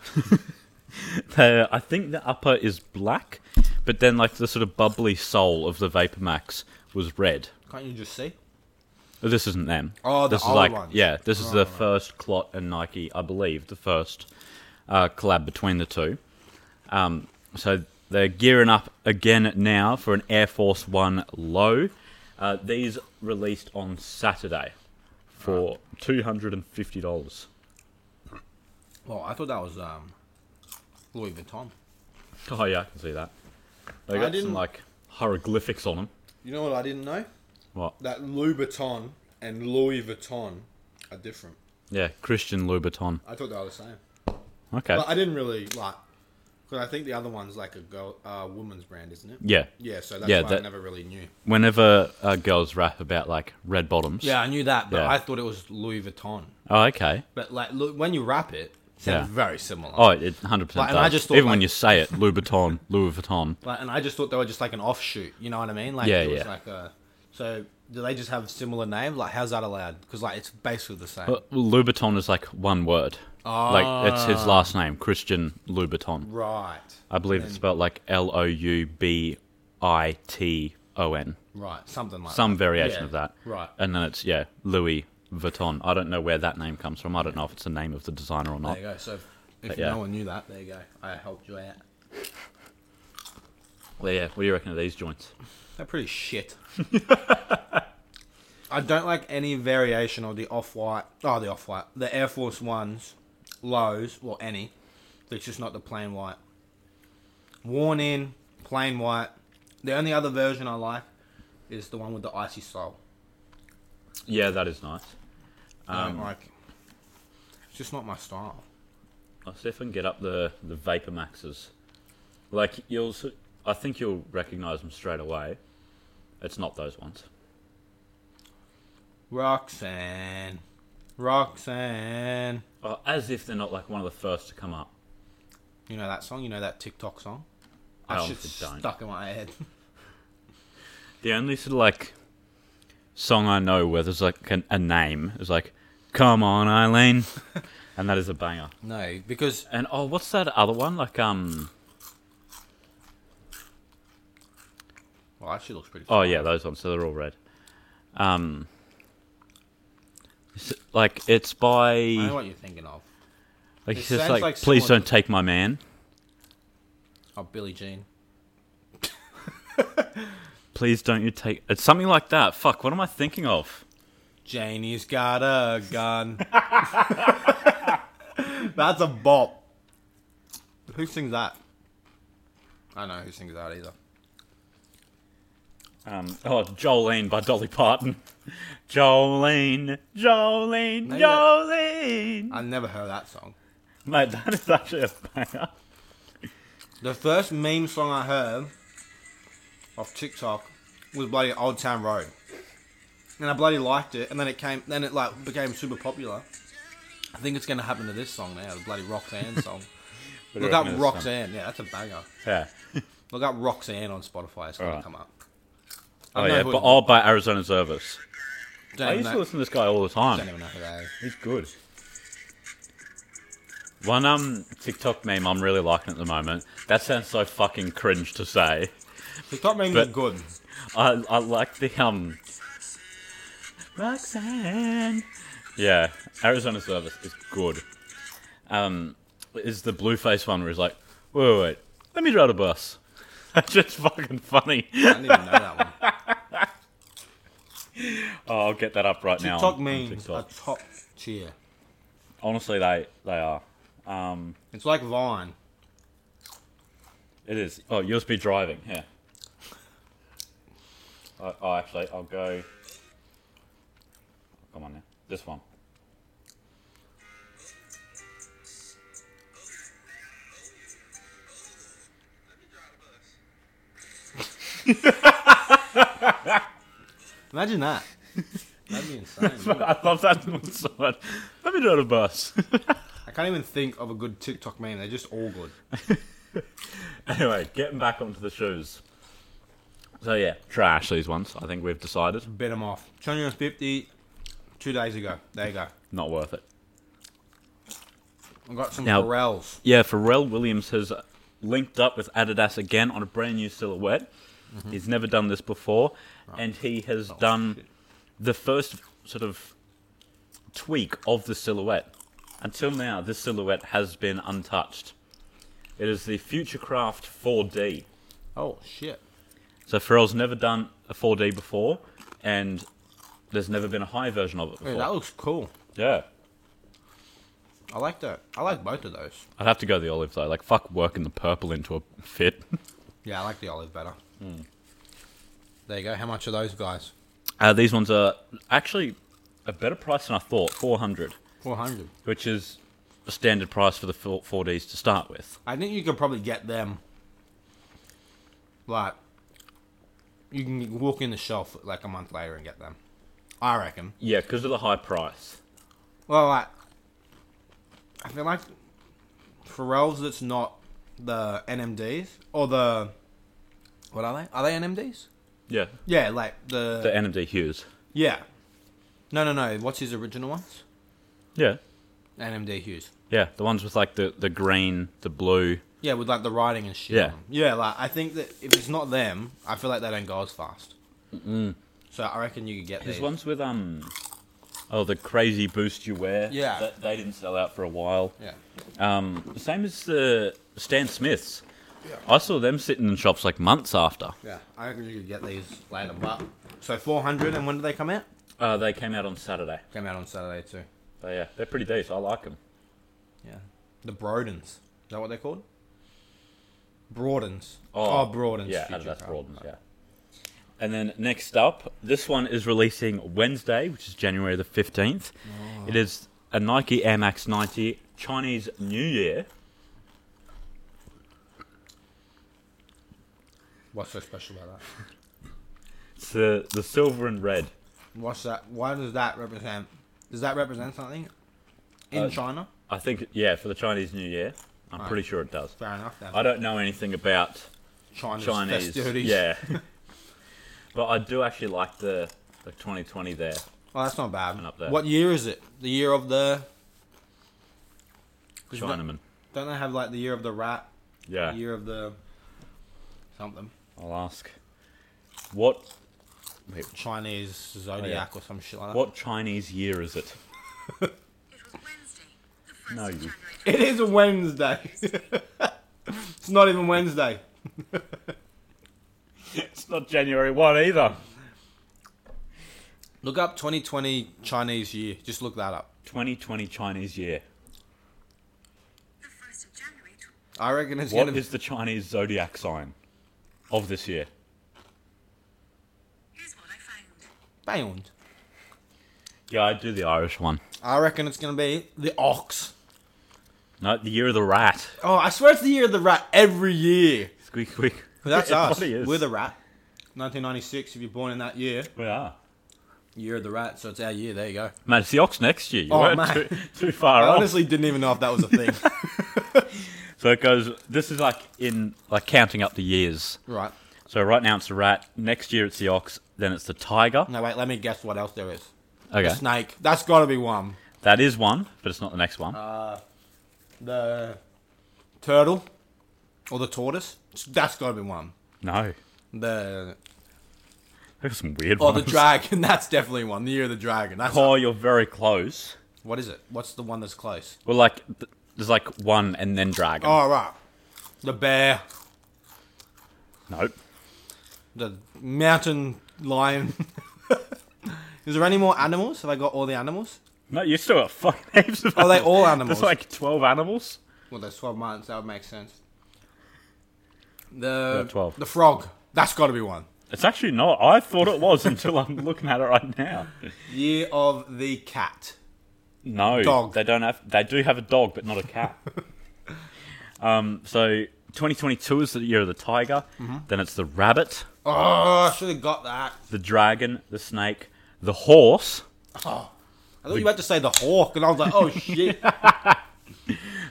S1: Uh, I think the upper is black, but then like the sort of bubbly sole of the Vapor Max was red.
S2: Can't you just see?
S1: This isn't them.
S2: Oh, the
S1: this
S2: old
S1: is like
S2: ones.
S1: yeah, this is the first Clot and Nike, I believe, the first uh, collab between the two. Um, so they're gearing up again now for an Air Force One low. Uh, these released on Saturday for two hundred and fifty dollars.
S2: Well, I thought that was um, Louis Vuitton.
S1: Oh yeah, I can see that. They
S2: I
S1: got some
S2: didn't-
S1: like hieroglyphics on them.
S2: You know what I didn't know?
S1: What?
S2: That Louis Vuitton and Louis Vuitton are different.
S1: Yeah, Christian Louboutin.
S2: I thought they were the same.
S1: Okay.
S2: But I didn't really like because I think the other one's like a girl, uh, woman's brand, isn't it?
S1: yeah.
S2: Yeah, so that's
S1: Yeah,
S2: why I
S1: that-
S2: never really knew.
S1: Whenever uh, girls rap about like red bottoms.
S2: Yeah, I knew that, but
S1: Yeah.
S2: I thought it was Louis Vuitton.
S1: Oh, okay.
S2: But like, look, when you wrap it, it sounds
S1: Yeah.
S2: very similar.
S1: Oh, it hundred
S2: Like,
S1: percent
S2: and
S1: does.
S2: I just thought,
S1: Even when
S2: like-
S1: you say it, Louboutin, Louis Vuitton.
S2: Like, and I just thought they were just like an offshoot. You know what I mean? Like,
S1: Yeah,
S2: it was
S1: yeah.
S2: Like a, so do they just have similar name? Like, how's that allowed? Because like it's basically the same.
S1: But Uh, Louboutin is like one word. Like it's
S2: Ah.
S1: his last name, Christian Louboutin.
S2: right,
S1: I believe it's spelled like L O U B I T O N.
S2: right, something like
S1: Some variation
S2: Yeah,
S1: of that.
S2: right.
S1: And then it's yeah, Louis Vuitton. I don't know where that name comes from. I don't know if it's the name of the designer or
S2: that.
S1: not.
S2: There you go. So if, if
S1: yeah.
S2: no one knew that, there you go. I helped you out.
S1: Well, yeah. What do you reckon of these joints?
S2: They're pretty shit. I don't like any variation of the off white. Oh, the off white. The Air Force Ones, lows, or any. That's just not the plain white. Worn in, plain white. The only other version I like is the one with the icy sole.
S1: Yeah, that is nice.
S2: I
S1: Um.
S2: don't Um, like. It's just not my style.
S1: I'll see if I can get up the the Vapor Maxes. Like you'll, s- I think you'll recognise them straight away. It's not those ones.
S2: Roxanne. Roxanne.
S1: Oh, as if they're not like one of the first to come up.
S2: You know that song? You know that TikTok song?
S1: I
S2: I should
S1: honestly don't.
S2: stuck in my head.
S1: The only sort of like song I know where there's like an, a name is like, "Come on, Eileen," and that is a banger.
S2: no, because
S1: And oh, what's that other one? Like um,
S2: well, that actually looks pretty.
S1: oh yeah, those ones. So they're all red. Um, s- like it's by.
S2: I know what you're thinking of.
S1: Like
S2: It
S1: he's just
S2: sounds
S1: like,
S2: like
S1: please
S2: someone-
S1: don't take my man.
S2: Oh, Billie Jean.
S1: Please don't you take. It's something like that. Fuck. What am I thinking of?
S2: Janie's got a gun. That's a bop. Who sings that? I don't know who sings that either.
S1: Um. Oh, Jolene by Dolly Parton. Jolene, Jolene,
S2: Maybe that-
S1: Jolene.
S2: I never heard that song.
S1: Mate, that is actually a banger.
S2: The first meme song I heard off TikTok was bloody Old Town Road, and I bloody liked it. And then it came, then it like became super popular. I think it's gonna happen to this song now, the bloody Roxanne song.
S1: What do you
S2: Look up
S1: reckon it's, um,
S2: Roxanne. Yeah, that's a banger.
S1: Yeah.
S2: Look up Roxanne on Spotify. It's gonna
S1: Alright.
S2: come up. I
S1: Oh
S2: don't know
S1: yeah,
S2: who
S1: but
S2: it-
S1: all by Arizona Zervas.
S2: don't,
S1: I
S2: even
S1: used to
S2: know,
S1: listen to this guy all the
S2: don't
S1: time.
S2: even know who that is.
S1: He's good. One um TikTok meme I'm really liking at the moment. That sounds so fucking cringe to say.
S2: The top memes
S1: But-
S2: are good.
S1: I I like the um Roxanne. Yeah, Arizona Service is good. Um, is the blueface one where he's like, wait, wait, wait, let me drive the bus. That's just fucking funny.
S2: I didn't even know that one.
S1: Oh, I'll get that up right now.
S2: TikTok
S1: on- on
S2: memes are
S1: TikTok.
S2: top tier.
S1: Honestly, they they are.
S2: It's like Vine.
S1: It is. Oh, yours be driving. Yeah. I, I actually, I'll go. Come on now. This one.
S2: Imagine that. That'd be insane.
S1: I love that one so much. Let me drive the bus.
S2: I can't even think of a good TikTok meme. They're just all good.
S1: Anyway, getting back onto the shoes. So yeah, trash these ones. I think we've decided
S2: Bet them off. 250 two days ago. There you go.
S1: not worth it.
S2: I got some
S1: Now-
S2: Pharrells.
S1: Yeah, Pharrell Williams has linked up with Adidas again on a brand new silhouette. He's never done this before, and he has done the first sort of tweak of the silhouette. Until now, this silhouette has been untouched. It is the Futurecraft 4D.
S2: Oh shit.
S1: So Pharrell's never done a 4D before, and there's never been a high version of it
S2: Hey,
S1: before.
S2: that looks cool.
S1: Yeah.
S2: I like that. I like both of those.
S1: I'd have to go the olive though. Like fuck working the purple into a fit.
S2: Yeah, I like the olive better.
S1: Hmm.
S2: There you go. How much are those guys?
S1: Uh, these ones are actually a better price than I thought, 400,
S2: 400.
S1: which is a standard price for the four- 4Ds to start with.
S2: I think you could probably get them. Like, you can walk in the shelf like a month later and get them. I reckon.
S1: Yeah, because of the high price.
S2: Well, like, I feel like Pharrell's that's not the NMDs or the. What are they? Are they NMDs?
S1: Yeah.
S2: Yeah, like the.
S1: The NMD Hughes.
S2: yeah. No, no, no. What's his original ones?
S1: Yeah.
S2: NMD Hughes.
S1: Yeah, the ones with like the, the green, the blue.
S2: Yeah, with like the writing and shit.
S1: Yeah.
S2: on 'em. Yeah, like I think that if it's not them, I feel like they don't go as fast. Mm. So I reckon you could get
S1: There's
S2: these.
S1: ones with um, oh the crazy boost you wear.
S2: Yeah.
S1: that, they didn't sell out for a while.
S2: Yeah.
S1: Um, the same as the Stan Smiths. I saw them sitting in shops like months after.
S2: Yeah. I reckon you could get these later. But so 400 and when did they come out?
S1: Uh, they came out on Saturday.
S2: Came out on Saturday too.
S1: But yeah, they're pretty decent. I like them.
S2: Yeah. The Brodens. Is that what they're called? Broadens.
S1: Oh,
S2: Broadens.
S1: Yeah,
S2: future
S1: Adidas
S2: car.
S1: Broadens. Yeah. And then next up, this one is releasing Wednesday, which is January the fifteenth.
S2: Oh.
S1: It is a Nike Air Max ninety Chinese New Year.
S2: What's so special about that?
S1: It's the the silver and red.
S2: What's that? Why does that represent? Does that represent something in
S1: Uh,
S2: China?
S1: I think yeah, for the Chinese New Year, I'm
S2: Right.
S1: pretty sure it does.
S2: Fair enough. Then.
S1: I don't know anything about
S2: China's
S1: Chinese.
S2: festivities.
S1: Yeah. but I do actually like the the 2020 there.
S2: Oh, that's not bad.
S1: And up there.
S2: What year is it? The year of the. 'Cause you Don't,
S1: Chinaman.
S2: don't they have like the year of the rat?
S1: Yeah.
S2: The year of the. Something.
S1: I'll ask. What
S2: Chinese zodiac or some shit like that.
S1: Oh, what Chinese year is it?
S3: It was Wednesday, the first
S1: No,
S3: of
S1: you-
S3: January
S2: It is a Wednesday. it's not even Wednesday.
S1: It's not January 1 either.
S2: Look up 2020 Chinese year. Just look that up.
S1: 2020 Chinese year.
S3: The first of January tw-
S2: I reckon it's
S1: What
S2: gonna
S1: is the Chinese zodiac sign of this year?
S3: Here's what I found.
S2: bound.
S1: Yeah, I'd do the Irish one.
S2: I reckon it's gonna be the ox.
S1: No, the year of the rat.
S2: Oh, I swear it's the year of the rat every year.
S1: Squeak, squeak.
S2: That's
S1: It
S2: us.
S1: bloody is.
S2: We're the rat. 1996. If you're born in that year,
S1: We are.
S2: year of the rat. So it's our year. There you go.
S1: Mate, it's the ox next year. You
S2: Oh,
S1: weren't
S2: mate.
S1: too, too far
S2: I
S1: off.
S2: honestly didn't even know if that was a thing.
S1: So it goes. This is like in like counting up the years.
S2: Right.
S1: So right now it's the rat. Next year it's the ox. Then it's the tiger.
S2: No, wait, let me guess what else there is.
S1: Okay,
S2: The snake. That's got to be one.
S1: that is one, but it's not the next one.
S2: Uh, The turtle or the tortoise. That's got to be one.
S1: no,
S2: The
S1: there's some weird
S2: or oh, the
S1: ones.
S2: dragon. That's definitely one. The year of the dragon. That's
S1: Oh, you're very close.
S2: what is it? What's the one that's close?
S1: Well, like th- there's like one and then dragon.
S2: All Oh, right. The bear.
S1: Nope.
S2: The mountain lion. is there any more animals? Have I got all the animals?
S1: No, you still got fucking heaps of.
S2: Are they all
S1: There's
S2: animals?
S1: like twelve animals.
S2: Well, there's 12 months. That would make sense. The
S1: Yeah, 12.
S2: The frog. That's got to be one.
S1: It's actually not. I thought it was until I'm looking at it right now.
S2: Year of the cat.
S1: No,
S2: Dog.
S1: They don't have. They do have a dog, but not a cat. um. So 2022 is the year of the tiger.
S2: Mm-hmm.
S1: Then it's the rabbit,
S2: Oh, I should have got that.
S1: the dragon, the snake, the horse.
S2: I thought you were about to say the hawk, and I was like, oh shit.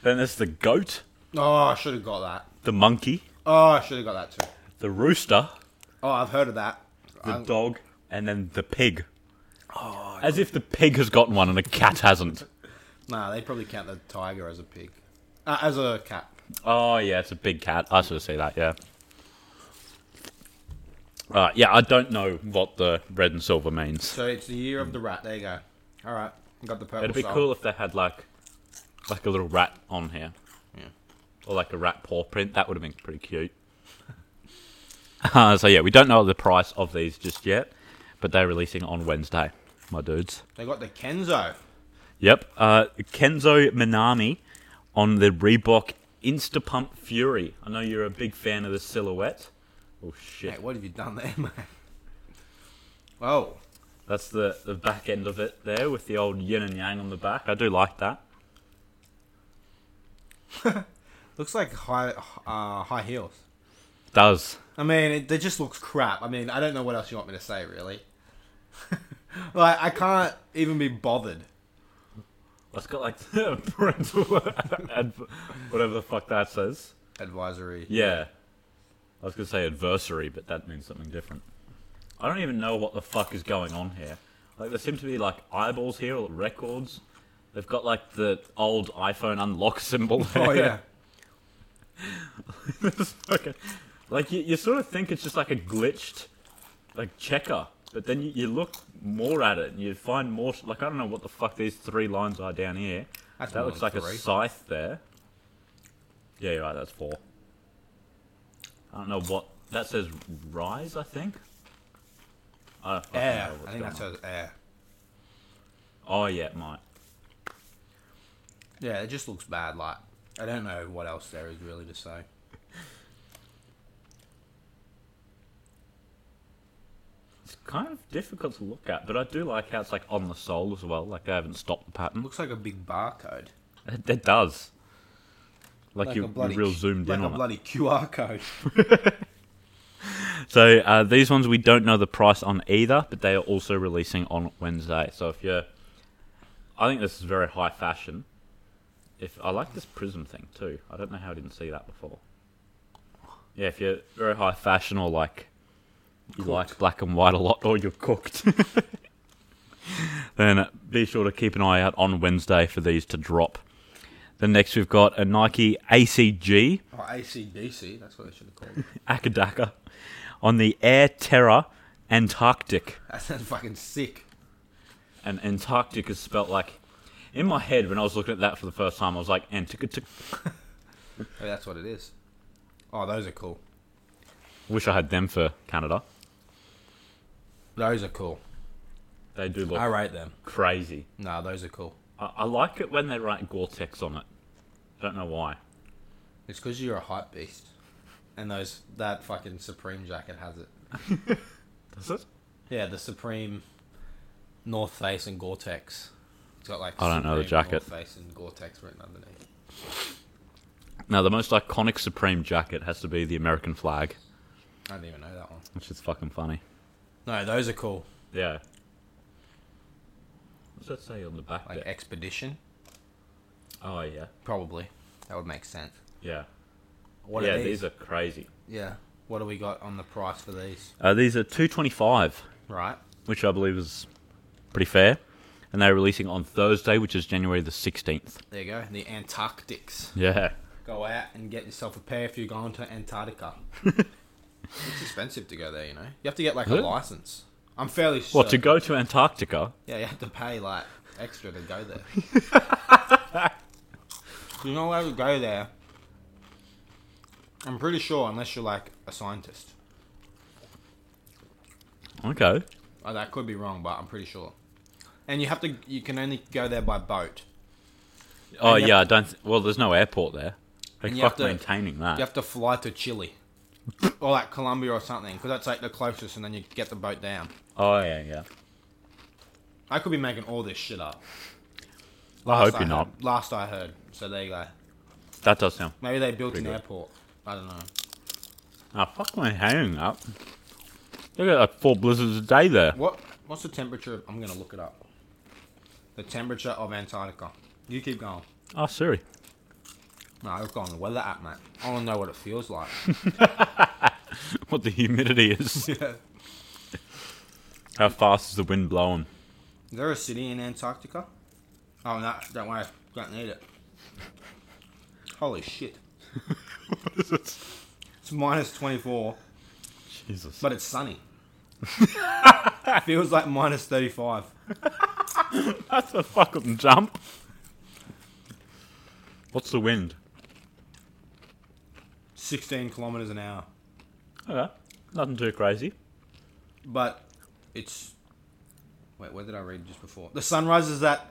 S1: Then there's the goat,
S2: Oh, I should have got that.
S1: the monkey,
S2: Oh, I should have got that too.
S1: the rooster,
S2: Oh, I've heard of that. Um,
S1: the dog, and then the pig. As if the pig has gotten one and the cat hasn't.
S2: Nah, they probably count the tiger as a pig, uh, as a cat.
S1: Oh yeah, it's a big cat. I sort of see that. Yeah. Uh, yeah, I don't know what the red and silver means.
S2: So it's the year of the rat. There you go. All right, got the purple.
S1: It'd be
S2: soul.
S1: cool if they had like, like a little rat on here,
S2: Yeah.
S1: or like a rat paw print. That would have been pretty cute. Uh, so yeah, we don't know the price of these just yet, but they're releasing on Wednesday, my dudes.
S2: They got the Kenzo.
S1: Yep. Uh, Kenzo Minami on the Reebok Instapump Fury. I know you're a big fan of the silhouette. Oh shit.
S2: Mate, what have you done there, mate? Oh,
S1: That's the, the back end of it there with the old yin and yang on the back. I do like that.
S2: looks like high uh, high heels.
S1: Does.
S2: I mean, it, they just looks crap. I mean, I don't know what else you want me to say, really. like, I can't even be bothered.
S1: It's got like parental adv- whatever the fuck that says.
S2: Advisory.
S1: Yeah. I was going to say adversary, but that means something different. I don't even know what the fuck is going on here. Like, there seem to be like eyeballs here or records. They've got like the old iPhone unlock symbol.
S2: Oh yeah.
S1: okay. Like you, you sort of think it's just like a glitched, like checker, but then you, you look more at it and you find more. Like I don't know what the fuck these three lines are down here.
S2: That's
S1: that
S2: more
S1: looks
S2: than
S1: like
S2: three.
S1: a scythe there. Yeah, you're right. That's four. I don't know what that says. Rise, I think. I don't fucking
S2: air.
S1: know what's
S2: I think
S1: going
S2: that's
S1: on.
S2: a air.
S1: Oh yeah, it might.
S2: Yeah, it just looks bad. Like, I don't know what else there is really to say.
S1: It's kind of difficult to look at, but I do like how it's like on the sole as well. Like they haven't stopped the pattern.
S2: Looks like a big barcode.
S1: It, it does. Like,
S2: Like
S1: you,
S2: a
S1: you
S2: bloody
S1: real zoomed
S2: like
S1: in
S2: a
S1: on
S2: bloody QR code.
S1: it. So uh, these ones we don't know the price on either, but they are also releasing on Wednesday. So if you're, I think this is very high fashion. If I like this prism thing too, I don't know how I didn't see that before. Yeah, if you're very high fashion or like you like black and white a lot, or you're cooked, then be sure to keep an eye out on Wednesday for these to drop. Then next we've got a Nike ACG
S2: Or ACDC. That's what they should have called. it.
S1: Akadaka on the Air Terra Antarctic.
S2: That sounds fucking sick.
S1: And Antarctic is spelt like in my head when I was looking at that for the first time, I was like Antarctic.
S2: Maybe that's what it is. Oh, those are cool.
S1: Wish I had them for Canada.
S2: Those are cool.
S1: They do look
S2: I rate them.
S1: crazy.
S2: Nah, those are cool.
S1: I, I like it when they write Gore-Tex on it. Don't know why.
S2: It's because you're a hype beast, and those that fucking Supreme jacket has it.
S1: Does it?
S2: Yeah, the Supreme North Face and Gore-Tex. It's got like
S1: I don't know the
S2: Supreme
S1: jacket.
S2: North Face and Gore-Tex written underneath.
S1: Now the most iconic Supreme jacket has to be the American flag,
S2: I didn't even know that one.
S1: which is fucking funny.
S2: No, those are cool.
S1: Yeah. What does that say on the back?
S2: Like
S1: there?
S2: Expedition,
S1: oh yeah.
S2: probably. That would make sense.
S1: Yeah.
S2: What
S1: yeah,
S2: are these?
S1: these are crazy.
S2: Yeah. What do we got on the price for these?
S1: Uh, these are two twenty five,
S2: Right.
S1: which I believe is pretty fair, and they're releasing on Thursday, which is January the sixteenth.
S2: There you go. The Antarctics.
S1: Yeah.
S2: Go out and get yourself a pair if you're going to Antarctica. it's expensive to go there, you know. You have to get like
S1: Is
S2: a
S1: it?
S2: license. I'm fairly sure.
S1: What to go to Antarctica?
S2: Yeah, you have to pay like extra to go there. you're not allowed to go there. I'm pretty sure, unless you're like a scientist.
S1: Okay.
S2: Oh, that could be wrong, but I'm pretty sure. And you have to. You can only go there by boat.
S1: Oh
S2: And you
S1: yeah, I
S2: have
S1: don't. Th- well, there's no airport there. Like
S2: And you
S1: fuck
S2: have to-
S1: maintaining that.
S2: You have to fly to Chile or like Colombia or something, because that's like the closest, and then you get the boat down.
S1: Oh yeah, yeah.
S2: I could be making all this shit up.
S1: I hope
S2: Last
S1: you're not.
S2: heard- Last I heard, so there you go.
S1: That does sound.
S2: Maybe they built
S1: Pretty
S2: an
S1: good.
S2: airport. I don't know.
S1: Ah, fuck maintaining that. Look at like four blizzards a day there.
S2: What? What's the temperature? of- I'm gonna look it up. The temperature of Antarctica. You keep going.
S1: Oh, Siri.
S2: No, I look on the weather app, mate. I want to know what it feels like.
S1: What the humidity is. How fast is the wind blowing?
S2: Is there a city in Antarctica? Oh no, don't worry, don't need it. Holy shit.
S1: What is it?
S2: It's minus twenty four,
S1: Jesus.
S2: but it's sunny. Feels like minus thirty five.
S1: That's a fucking jump. What's the wind?
S2: Sixteen kilometers an hour.
S1: Okay. Nothing too crazy.
S2: But it's wait, where did I read just before? The sun rises at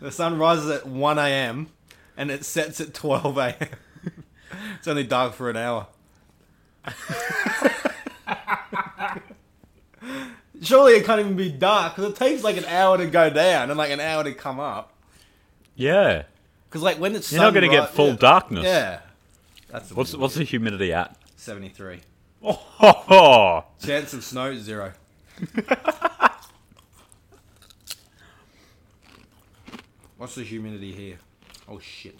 S2: The sun rises at one AM and it sets at twelve AM. it's only dark for an hour. Surely it can't even be dark because it takes like an hour to go down and like an hour to come up.
S1: Yeah.
S2: Because like when it's
S1: You're not gonna get full darkness.
S2: Yeah, that's
S1: What's what's the humidity at?
S2: seventy three.
S1: Oh, ho, ho.
S2: Chance of snow zero. What's the humidity here? Oh shit.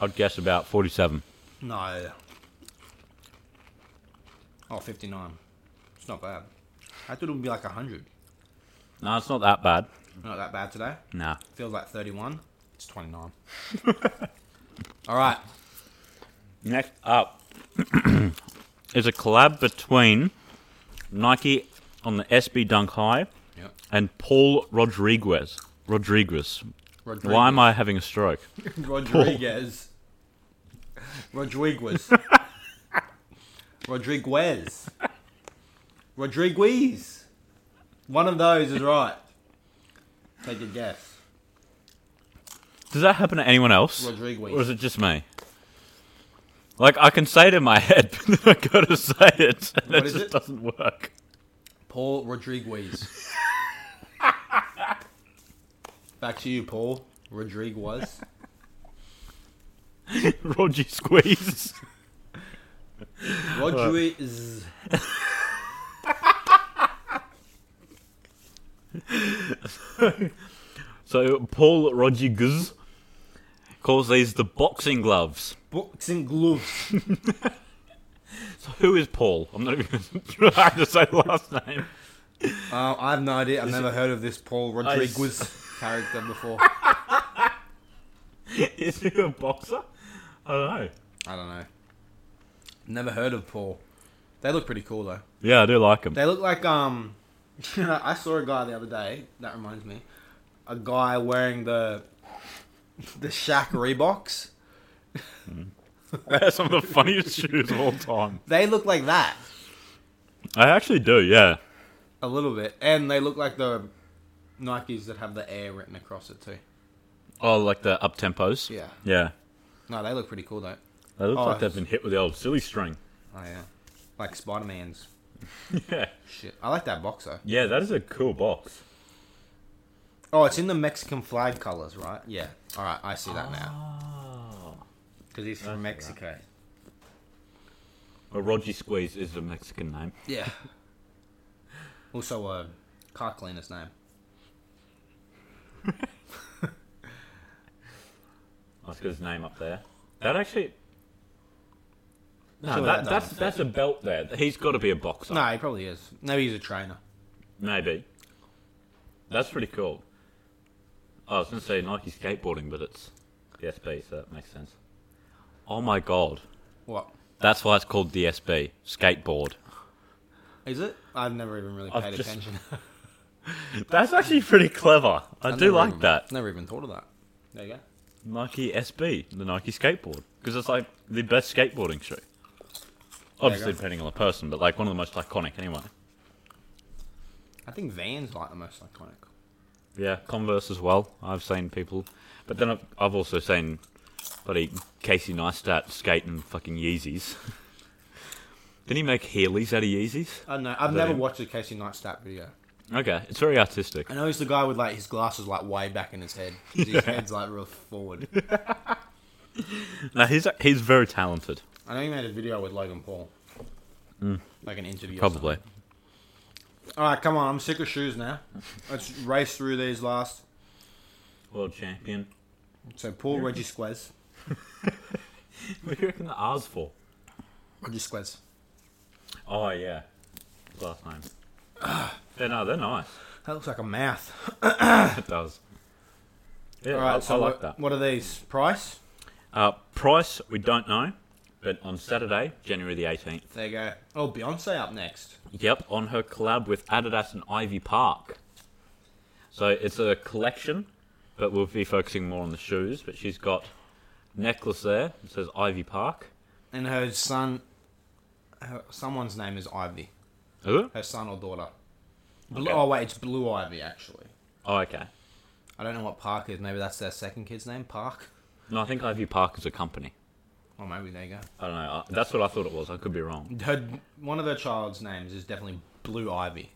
S1: I'd guess about forty-seven.
S2: No. Oh, 59. It's not bad. I thought it would be like 100.
S1: No, it's not that bad.
S2: Not that bad today.
S1: Nah.
S2: Feels like 31. It's 29. All right.
S1: Next up is a collab between Nike on the SB Dunk High
S2: Yep.
S1: and Paul Rodriguez. Rodriguez.
S2: Rodriguez.
S1: Why am I having a stroke?
S2: Rodriguez. Rodriguez. Rodriguez. Rodriguez. One of those is right. Take a guess.
S1: Does that happen to anyone else?
S2: Rodriguez.
S1: Or is it just me? Like, I can say it in my head, but then I go to say it, and
S2: What
S1: it
S2: is
S1: just
S2: it?
S1: doesn't work.
S2: Paul Rodriguez. Back to you, Paul. Rodriguez.
S1: Roger Squeeze.
S2: Rodriguez.
S1: so, Paul Rodriguez calls these the boxing gloves.
S2: Boxing gloves.
S1: Who is Paul? I'm not even going to try to say the last name.
S2: Uh, I have no idea. I've never heard of this Paul
S1: s-
S2: Rodriguez character before.
S1: Is he a boxer? I don't know.
S2: I don't know. Never heard of Paul. They look pretty cool though.
S1: Yeah, I do like him.
S2: They look like um. You know, I saw a guy the other day. That reminds me, a guy wearing the the Shaq Reeboks.
S1: They're some of the funniest shoes of all time.
S2: They look like that
S1: I actually do, yeah.
S2: a little bit, and they look like the Nikes that have the air written across it too.
S1: Oh, like the up tempos?
S2: Yeah.
S1: Yeah.
S2: No, they look pretty cool though.
S1: They look
S2: Oh,
S1: like they've
S2: it's-
S1: been hit with the old silly string.
S2: Oh yeah, like Spider Man's
S1: Yeah.
S2: shit. I like that box though.
S1: Yeah, that is a cool box.
S2: Oh, it's in the Mexican flag colors, right? Yeah. All right, I see that now.
S1: Ah.
S2: Because he's from Mexico.
S1: Well, Roger Squeeze is a Mexican name.
S2: Yeah. Also, uh, a car cleaner's name.
S1: That's got his name up there. That actually. No,
S2: Surely
S1: that,
S2: that
S1: that's that's a belt there. He's got to be a boxer.
S2: No, he probably is. Maybe he's a trainer.
S1: Maybe. That's pretty cool. I was going to say Nike skateboarding, but it's the SB, so that makes sense. Oh my god.
S2: What
S1: That's why it's called DSB, skateboard.
S2: is it? I've never even really
S1: I've
S2: paid
S1: just-
S2: attention.
S1: That's actually pretty clever. I
S2: I've
S1: do
S2: never
S1: like
S2: even-
S1: that.
S2: Never even thought of that. There you go.
S1: Nike SB, the Nike skateboard, because it's like the best skateboarding shoe.
S2: you
S1: Obviously,
S2: go.
S1: depending on the person, but like one of the most iconic anyway.
S2: I think Vans like the most iconic.
S1: Yeah, Converse as well. I've seen people, but then I've, I've also seen bloody Casey Neistat skating fucking Yeezys. Didn't he make Heelys out of Yeezys?
S2: I don't know. I've
S1: Is that
S2: never
S1: him?
S2: watched a Casey Neistat video.
S1: Okay, it's very artistic.
S2: I know he's the guy with like his glasses like way back in his head. 'cause His head's like real forward.
S1: Now he's he's very talented,
S2: I know he made a video with Logan Paul, like an interview.
S1: Mm.
S2: or
S1: probably.
S2: something. All right, come on. I'm sick of shoes now. Let's race through these last.
S1: World champion.
S2: So Paul Reggie Squez.
S1: What do you reckon the R's for?
S2: Reggie Squez.
S1: Oh yeah, His last name. yeah, no, they're nice.
S2: That looks like a mouth.
S1: It does. Yeah,
S2: All right,
S1: I,
S2: so
S1: I like
S2: what,
S1: that.
S2: what are these? Price?
S1: Uh, price, we don't know, but on Saturday, January the 18th,
S2: There you go. Oh, Beyonce up next.
S1: Yep, on her collab with Adidas and Ivy Park. So it's a collection, but we'll be focusing more on the shoes. But she's got necklace there. It says Ivy Park.
S2: And her son, her, someone's name is Ivy.
S1: Is it?
S2: Her son or daughter. Blue,
S1: Okay.
S2: Oh, wait, it's Blue Ivy, actually.
S1: Oh, okay.
S2: I don't know what Park is. Maybe that's their second kid's name, Park.
S1: No, I think Ivy Park is a company.
S2: Oh, maybe there you go.
S1: I don't know. I- That's what I thought it was. I could be wrong.
S2: Her, one of her child's names is definitely Blue Ivy.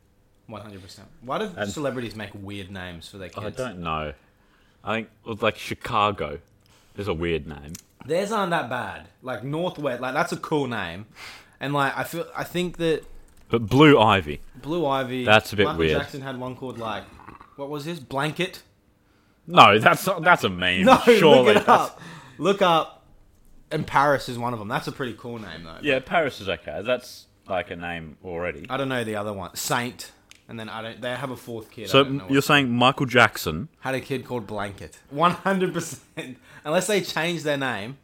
S2: 100%. Why do
S1: And-
S2: celebrities make weird names for their kids?
S1: I don't know. I think well, like Chicago is a weird name.
S2: Theirs aren't that bad. Like, Northwest, like, that's a cool name. And, like, I feel, I think that
S1: But Blue Ivy.
S2: Blue Ivy.
S1: That's a bit
S2: Michael
S1: weird.
S2: Jackson had one called like, what was his blanket?
S1: No, that's not, that's a meme.
S2: No,
S1: surely.
S2: look it
S1: That's-
S2: up. Look up. And Paris is one of them. That's a pretty cool name though.
S1: Yeah, Paris is okay. That's like a name already.
S2: I don't know the other one. Saint. And then I don't. They have a fourth kid. I
S1: So
S2: don't know what-
S1: you're saying Michael Jackson
S2: had a kid called Blanket. One hundred percent. Unless they change their name,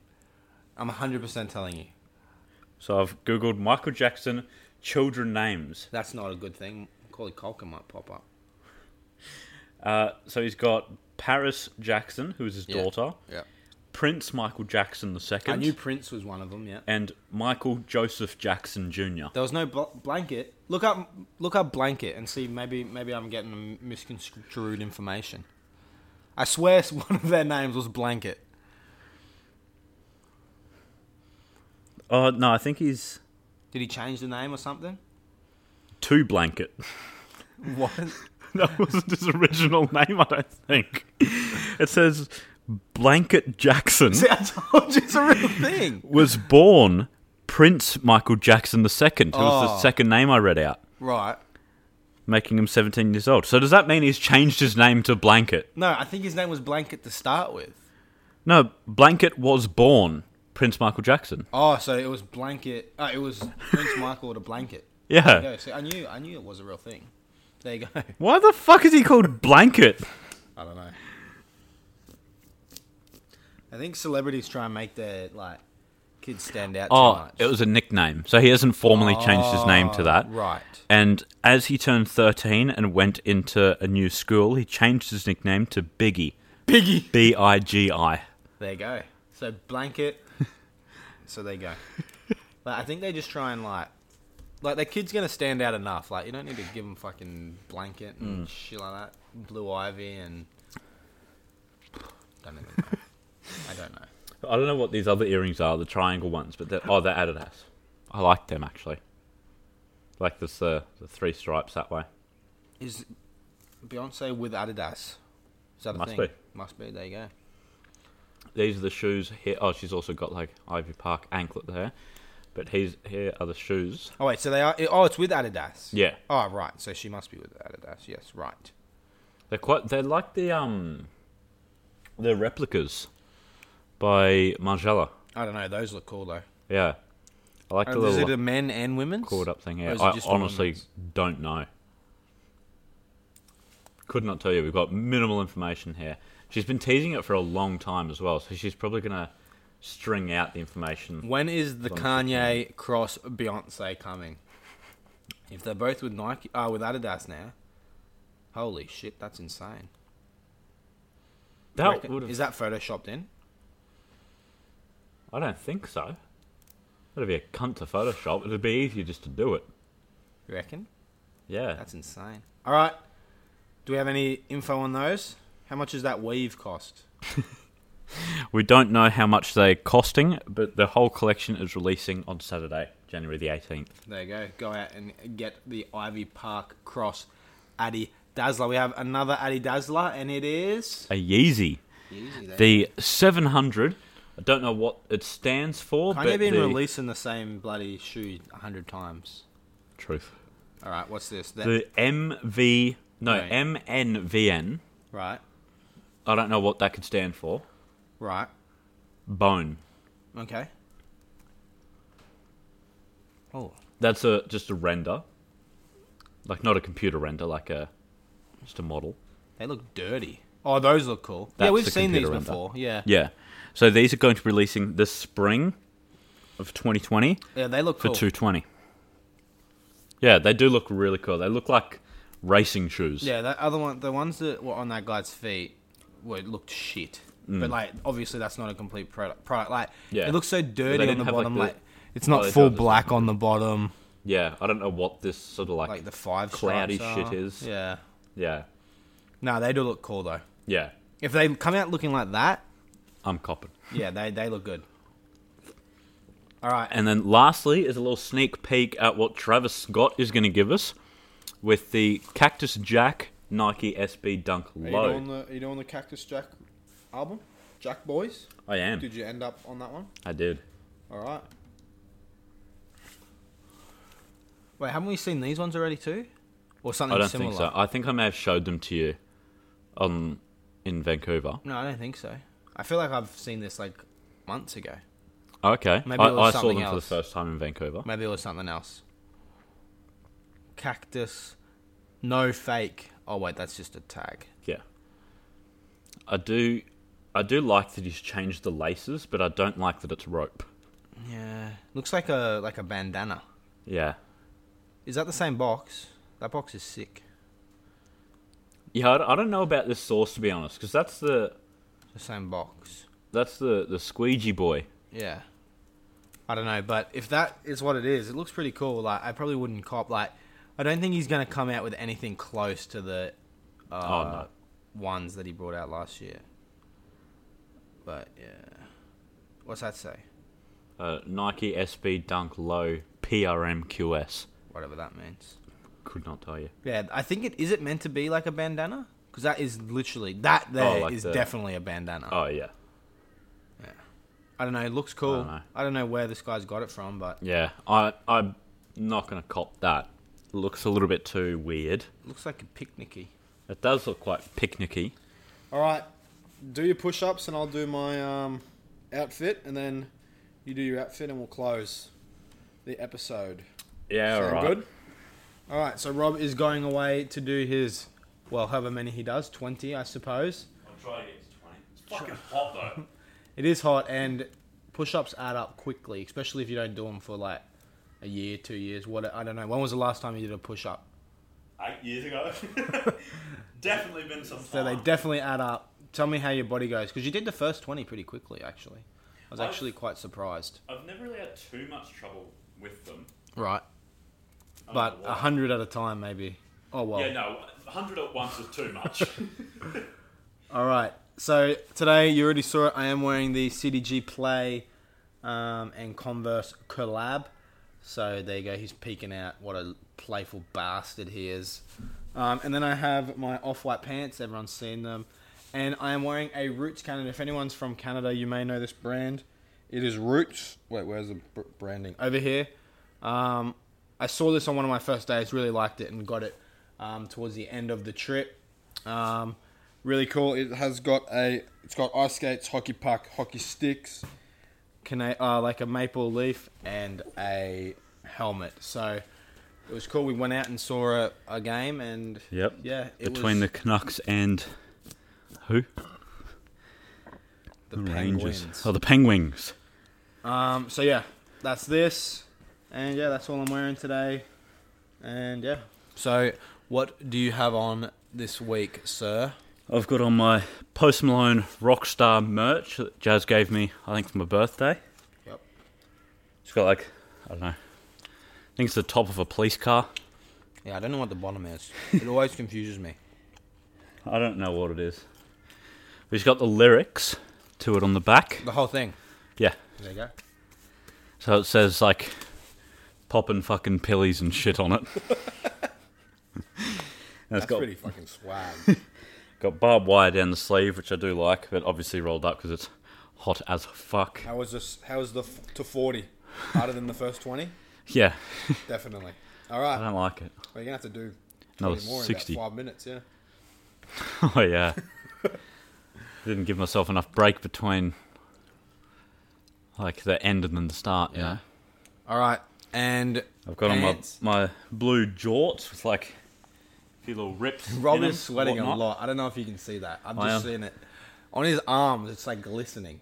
S2: I'm hundred percent telling you
S1: So I've googled Michael Jackson children names.
S2: that's not a good thing. Macaulay Culkin might pop up.
S1: Uh, so he's got Paris Jackson, who is his daughter,
S2: Yeah.
S1: Prince Michael Jackson II,
S2: I knew Prince was one of them. Yeah.
S1: and Michael Joseph Jackson Jr.
S2: There was no bl- blanket. Look up, look up blanket and see. Maybe, maybe I'm getting misconstrued information. I swear, s- one of their names was blanket.
S1: Oh no, I think he's
S2: Did he change the name or something?
S1: Two Blanket.
S2: What?
S1: that wasn't his original name, I don't think. It says Blanket Jackson
S2: See, I told you it's a real thing.
S1: was born Prince Michael Jackson II, who was the
S2: Oh.
S1: second name I read out,
S2: Right.
S1: making him 17 years old. So does that mean he's changed his name to Blanket?
S2: No, I think his name was blanket to start with.
S1: No, Blanket was born Prince Michael Jackson.
S2: Oh, so it was blanket. Oh, it was Prince Michael to blanket.
S1: Yeah.
S2: Yeah. See, I knew, I knew it was a real thing. There you go.
S1: Why the fuck is he called Blanket?
S2: I don't know. I think celebrities try and make their like kids stand out. Too
S1: Oh,
S2: much. Oh,
S1: it was a nickname. So he hasn't formally changed his name to that.
S2: Right.
S1: And as he turned 13 and went into a new school, he changed his nickname to Biggie.
S2: Piggy.
S1: B I G I.
S2: There you go. So blanket. so there you go. Like, I think they just try and like, like their kid's gonna stand out enough. Like you don't need to give them fucking blanket
S1: Mm.
S2: and shit like that. Blue Ivy and. Don't even know. I don't know.
S1: I don't know what these other earrings are, the triangle ones, but they're, oh, they're Adidas. I like them actually. Like this, uh, the three stripes that way.
S2: Is Beyonce with Adidas? Is that a
S1: Must
S2: thing?
S1: be.
S2: Must be. There you go.
S1: these are the shoes here. Oh, she's also got like Ivy Park anklet there, but he's here are the shoes.
S2: Oh wait, so they are. Oh, it's with Adidas.
S1: Yeah,
S2: Oh right, so she must be with Adidas. Yes, right.
S1: they're quite. They're like the um, they're replicas. by Margiela.
S2: I don't know. Those look cool though.
S1: Yeah, I like the
S2: Uh, is
S1: little
S2: it a
S1: like,
S2: men and women's?
S1: cord up thing.
S2: or
S1: Yeah,
S2: is it
S1: I
S2: just a
S1: honestly
S2: woman's?
S1: don't know. Could not tell you. We've got minimal information here. She's been teasing it for a long time as well, so she's probably gonna string out the information.
S2: When is the
S1: Don't
S2: Kanye cross Beyonce coming? If they're both with Nike, uh, with Adidas now. Holy shit, that's insane.
S1: That
S2: Reckon-
S1: would
S2: Is
S1: have.
S2: that photoshopped in?
S1: I don't think so. That'd be a cunt to Photoshop. It'd be easier just to do it.
S2: You reckon?
S1: Yeah.
S2: That's insane. All right. Do we have any info on those? How much does that weave cost?
S1: We don't know how much they're costing, but the whole collection is releasing on Saturday, January the 18th.
S2: There you go. Go out and get the Ivy Park Cross Addy Dazzler. We have another Addy Dazzler, and it is.
S1: A Yeezy.
S2: Easy there.
S1: The 700, I don't know what it stands for,
S2: Kanye
S1: but
S2: been
S1: the...
S2: releasing the same bloody shoe a hundred times.
S1: Truth.
S2: All right, what's this? That,
S1: The MV... No,
S2: Right.
S1: MNVN.
S2: right,
S1: I don't know what that could stand for.
S2: right,
S1: Bone.
S2: okay. Oh,
S1: That's a just a render. Like, not a computer render, like a... Just a model.
S2: they look dirty. Oh, those look cool. yeah,
S1: That's
S2: we've
S1: the
S2: seen these
S1: computer render.
S2: before. Yeah. yeah,
S1: Yeah. So these are going to be releasing this spring of 2020.
S2: they look
S1: for
S2: cool.
S1: 220. Yeah, they do look really cool. They look like racing shoes.
S2: Yeah, that other one, the ones that were on that guy's feet, were it looked shit. But like, obviously, that's not a complete product. product. Like,
S1: Mm. Yeah.
S2: it looks so
S1: They
S2: dirty
S1: didn't
S2: on the
S1: have, like,
S2: bottom.
S1: the-
S2: Like, it's not
S1: they
S2: full
S1: don't, it's
S2: black on the bottom,
S1: Yeah, I don't know what this sort of like.
S2: like the five
S1: Cloudy
S2: stripes
S1: shit
S2: are.
S1: is.
S2: Yeah,
S1: yeah,
S2: no, they do look cool though.
S1: yeah.
S2: If they come out looking like that,
S1: I'm copping.
S2: yeah, they they look good. All right,
S1: And then lastly is a little sneak peek at what Travis Scott is going to give us with the Cactus Jack Nike SB Dunk Low.
S2: the are you doing the Cactus Jack album, Jack Boys?
S1: I am.
S2: you end up on that one?
S1: I did.
S2: All right. Wait, haven't we seen these ones already too, or something
S1: I don't
S2: similar?
S1: think so. I think I may have showed them to you on in Vancouver.
S2: No, I don't think so. I feel like I've seen this like months ago.
S1: Okay,
S2: Maybe
S1: I,
S2: it was
S1: I saw
S2: something
S1: them for the
S2: else.
S1: first time in Vancouver.
S2: Maybe it was something else. Cactus, no fake. Oh wait, that's just a tag.
S1: Yeah. I do I do like that he's changed the laces, but I don't like that it's rope.
S2: Yeah, looks like a like a bandana.
S1: Yeah.
S2: Is that the same box? That box is sick.
S1: Yeah, I d- I don't know about this source to be honest, because that's the
S2: The same box.
S1: that's the the squeegee boy.
S2: Yeah. I don't know, but if that is what it is, it looks pretty cool. Like I probably wouldn't cop. Like I don't think he's gonna come out with anything close to the uh,
S1: Oh, no.
S2: ones that he brought out last year. But yeah, what's that say?
S1: Uh, Nike SB Dunk Low PRMQS.
S2: Whatever that means.
S1: Could not tell you.
S2: Yeah, I think it is. It meant to be like a bandana because that is literally that There is
S1: Oh, like the-
S2: definitely a bandana.
S1: Oh yeah,
S2: I don't know. It looks cool. I don't
S1: dunno.
S2: know. where this guy's got it from, but
S1: yeah. I I'm not gonna cop that. Looks a little bit too weird.
S2: it looks like a picnicky.
S1: It does look quite picnicky.
S2: All right, do your push-ups, and I'll do my um, outfit, and then you do your outfit, and we'll close the episode.
S1: Yeah,
S2: Sound
S1: right.
S2: good? All right. So Rob is going away to do his, well, however many he does, twenty, I suppose.
S1: I'll try to get to twenty. It's fucking hot though.
S2: It is hot, and push-ups add up quickly, especially if you don't do them for like a year, two years. What I don't know. When was the last time you did a push-up?
S1: eight years ago. Definitely been some
S2: So they definitely add up. Tell me how your body goes, because you did the first twenty pretty quickly. Actually, I was
S1: I've-
S2: actually quite surprised.
S1: I've never really had too much trouble with them.
S2: Right.
S1: I don't
S2: But
S1: know
S2: a
S1: why.
S2: hundred at a time, maybe. Oh well.
S1: Yeah, no, 100 at once is too much.
S2: All right. So today, you already saw it. I am wearing the CDG Play um, and Converse collab. So there you go. He's peeking out. What a playful bastard he is. Um, and then I have my off-white pants. Everyone's seen them. And I am wearing a Roots Canada. If anyone's from Canada, you may know this brand. It is Roots. Wait, where's the br- branding? Over here. Um, I saw this on one of my first days. Really liked it and got it um, towards the end of the trip. Um,
S4: Really cool. It has got a. It's got ice skates, hockey puck, hockey sticks.
S2: Cana- uh, like a maple leaf and a helmet. So it was cool. We went out and saw a, a game, and
S1: Yep.
S2: yeah, it
S1: Between
S2: was
S1: the Canucks and who?
S2: the,
S1: Rangers.
S2: Penguins.
S1: Oh, the Penguins.
S2: Um, so yeah, that's this, and yeah, that's all I'm wearing today, and yeah. So what do you have on this week, sir?
S1: I've got on my Post Malone Rockstar merch that Jazz gave me, I think, for my birthday.
S2: Yep.
S1: It's got like, I don't know, I think it's the top of a police car.
S2: Yeah, I don't know what the bottom is. It always confuses me.
S1: I don't know what it is. But it's got the lyrics to it on the back.
S2: The whole thing.
S1: Yeah.
S2: There you go.
S1: So it says like popping fucking pillies and shit on it. And it's
S2: That's
S1: got,
S2: pretty fucking swag.
S1: got barbed wire down the sleeve, which I do like, but obviously rolled up because it's hot as fuck.
S2: how was this? How was the f- to forty? Harder than the first twenty?
S1: Yeah,
S2: Definitely. All
S1: I
S2: right.
S1: don't like it.
S2: We're gonna have to do
S1: Another
S2: 20 more
S1: 60.
S2: in about five minutes. Yeah.
S1: Oh yeah. Didn't give myself enough break between like the end and then the start, yeah.
S2: Yeah. All right. And
S1: I've got
S2: pants.
S1: on my my blue jorts with like a few little rips. in
S2: Rob
S1: them,
S2: is sweating a
S1: whatnot.
S2: lot. I don't know if you can see that. I'm
S1: I
S2: just
S1: am.
S2: seeing it on his arms. It's like glistening.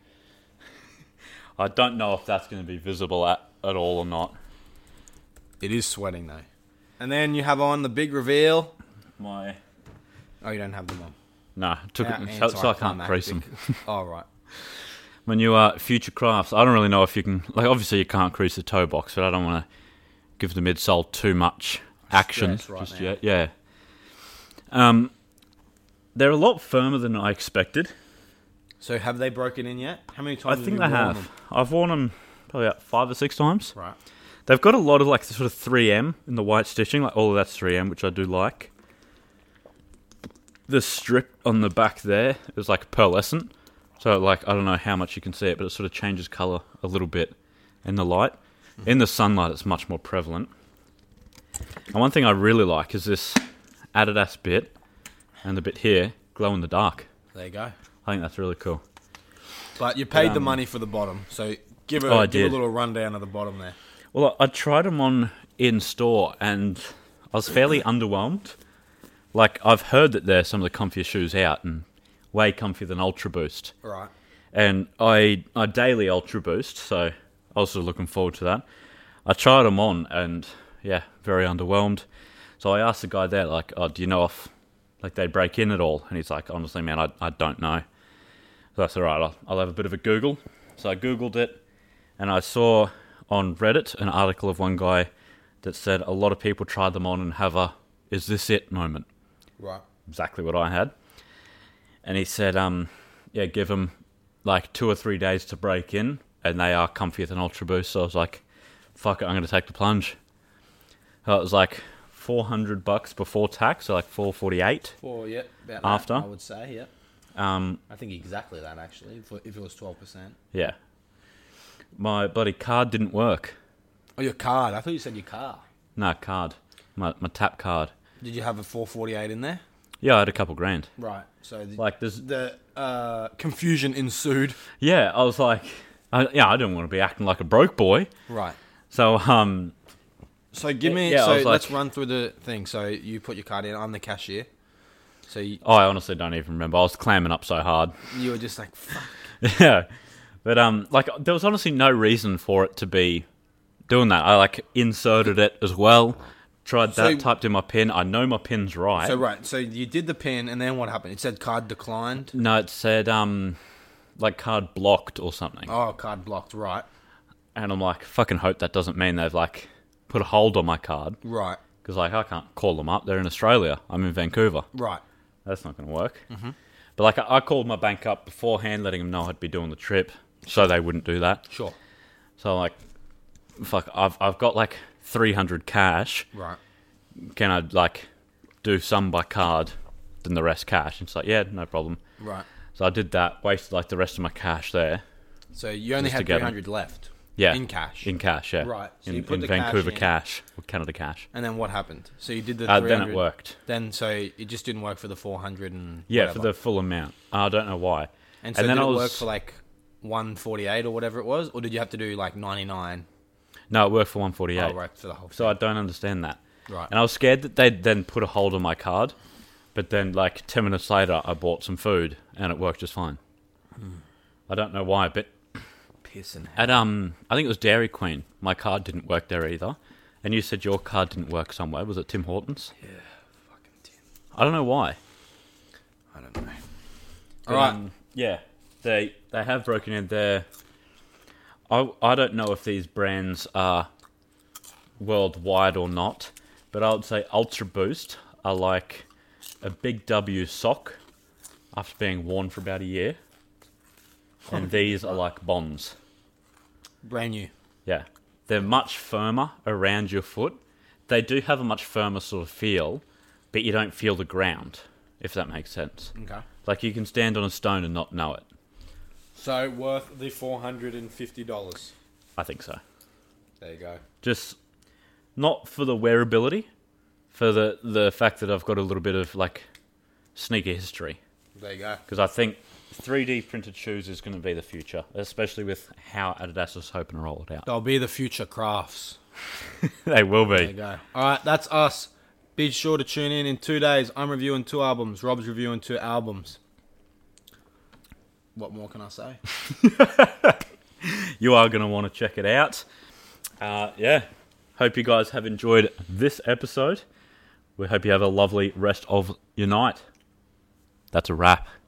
S1: I don't know if that's going to be visible at, at all or not.
S2: It is sweating though. And then you have on the big reveal.
S1: My
S2: Oh, you don't have them on.
S1: no, took
S2: How
S1: it so, so I can't crease them.
S2: anticlimactic. All right.
S1: When you are future crafts, I don't really know if you can. Like, obviously, you can't crease the toe box, but I don't want to give the midsole too much action
S2: Stress right
S1: just
S2: now.
S1: yet. Yeah. Um, they're a lot firmer than I expected.
S2: So have they broken in yet? How many
S1: I
S2: times?
S1: think
S2: have
S1: they
S2: you
S1: have.
S2: worn Them?
S1: I've worn them probably about five or six times.
S2: Right.
S1: They've got a lot of like the sort of 3M in the white stitching, like all of that's 3M, which I do like. The strip on the back there is like pearlescent, so like I don't know how much you can see it, but it sort of changes color a little bit in the light. In the sunlight, it's much more prevalent. And one thing I really like is this Adidas bit and the bit here glow in the dark.
S2: There you go.
S1: I think that's really cool.
S2: But you paid the
S1: um,
S2: money for the bottom, so give a,
S1: Oh, I
S2: give a
S1: did.
S2: little rundown of the bottom there.
S1: Well, I I tried them on in store and I was fairly underwhelmed. Like, I've heard that they're some of the comfiest shoes out and way comfier than Ultra Boost.
S2: All right.
S1: And I, I daily Ultra Boost, so I was sort of looking forward to that. I tried them on and, yeah, very underwhelmed. So I asked the guy there, like, oh, do you know if like they break in at all? And he's like, honestly, man, I, I don't know. So that's all right. I'll, I'll have a bit of a Google. So I Googled it and I saw on Reddit an article of one guy that said a lot of people tried them on and have a "is this it" moment.
S2: Right.
S1: Exactly what I had. And he said, um, "Yeah, give them like two or three days to break in, and they are comfier than Ultra Boost." So I was like, "Fuck it, I'm going to take the plunge." So it was like four hundred bucks before tax, so like four forty-eight.
S2: Four. Yep. About
S1: that, After? I
S2: would say. Yep.
S1: Um,
S2: I think exactly that actually. If, if it was twelve percent.
S1: yeah, my bloody card didn't work.
S2: Oh, your card. I thought you said your car.
S1: Nah, card, my my tap card.
S2: Did you have a 448 in there?
S1: Yeah, I had a couple grand.
S2: Right. So the,
S1: Like there's
S2: the uh, confusion ensued.
S1: Yeah, I was like, I, yeah, I didn't want to be acting like a broke boy.
S2: Right.
S1: So, um,
S2: So give me.
S1: Yeah, I
S2: so
S1: was like-
S2: let's run through the thing. So you put your card in. I'm the cashier. So you,
S1: oh, I honestly don't even remember. I was clamming up so hard.
S2: you were just like, Fuck.
S1: yeah, but um, like there was honestly no reason for it to be doing that. I like inserted it as well. Tried that,
S2: So-
S1: typed in my pin. I know my pin's right.
S2: so right. So you did the pin, and then what happened? It said card declined.
S1: no, it said um, like card blocked or something.
S2: Oh, card blocked. Right.
S1: And I'm like, fucking hope that doesn't mean they've like put a hold on my card
S2: Right.
S1: because like I can't call them up. They're in Australia. I'm in Vancouver.
S2: Right.
S1: that's not going to work.
S2: Mm-hmm.
S1: But like, I, I called my bank up beforehand, letting them know I'd be doing the trip, so they wouldn't do that.
S2: Sure.
S1: So I'm like, fuck, I've I've got like 300 cash.
S2: Right.
S1: Can I like do some by card, then the rest cash? And it's like, yeah, no problem.
S2: Right.
S1: So I did that, wasted like the rest of my cash there.
S2: So you only
S1: Just
S2: had
S1: together.
S2: 300 left.
S1: Yeah.
S2: In cash.
S1: In cash, yeah.
S2: Right, so
S1: in
S2: you put
S1: in
S2: the cash
S1: Vancouver
S2: in.
S1: cash, or Canada cash.
S2: And then what happened? So you did the
S1: Uh,
S2: 300.
S1: then it worked.
S2: Then so it just didn't work for the 400 and
S1: Yeah,
S2: whatever.
S1: for the full amount. I don't know why.
S2: and so
S1: then
S2: did
S1: I
S2: it
S1: was
S2: work for like 148 or whatever it was, or did you have to do like 99?
S1: no, it worked for one forty
S2: Oh,
S1: eight.
S2: right for the whole.
S1: So I don't understand that.
S2: Right.
S1: And I was scared that they'd then put a hold on my card, but then like ten minutes later, I bought some food and it worked just fine. I don't know why, but
S2: piss and
S1: at um, I think it was Dairy Queen. My card didn't work there either, and you said your card didn't work somewhere. Was it Tim Hortons?
S2: fucking tin.
S1: I don't know why.
S2: I don't know.
S1: But,
S2: All right.
S1: um, yeah, they they have broken in there. I I don't know if these brands are worldwide or not, but I would say Ultra Boost are like a big W sock after being worn for about a year, and these are like bonds.
S2: Brand new.
S1: Yeah. They're much firmer around your foot. They do have a much firmer sort of feel, but you don't feel the ground, if that makes sense.
S2: Okay.
S1: Like you can stand on a stone and not know it.
S2: So worth the 450 dollars.
S1: I think so.
S2: There you go.
S1: Just not for the wearability, for the, the fact that I've got a little bit of like sneaker history.
S2: There you go.
S1: Because I think 3D printed shoes is going to be the future, especially with how Adidas is hoping to roll it out.
S2: They'll be the future crafts.
S1: They will
S2: There you
S1: be.
S2: go. All right, that's us. Be sure to tune in in two days. I'm reviewing two albums. Rob's reviewing two albums. What more can I say?
S1: You are going to want to check it out. Uh, yeah. Hope you guys have enjoyed this episode. We hope you have a lovely rest of your night. That's a wrap.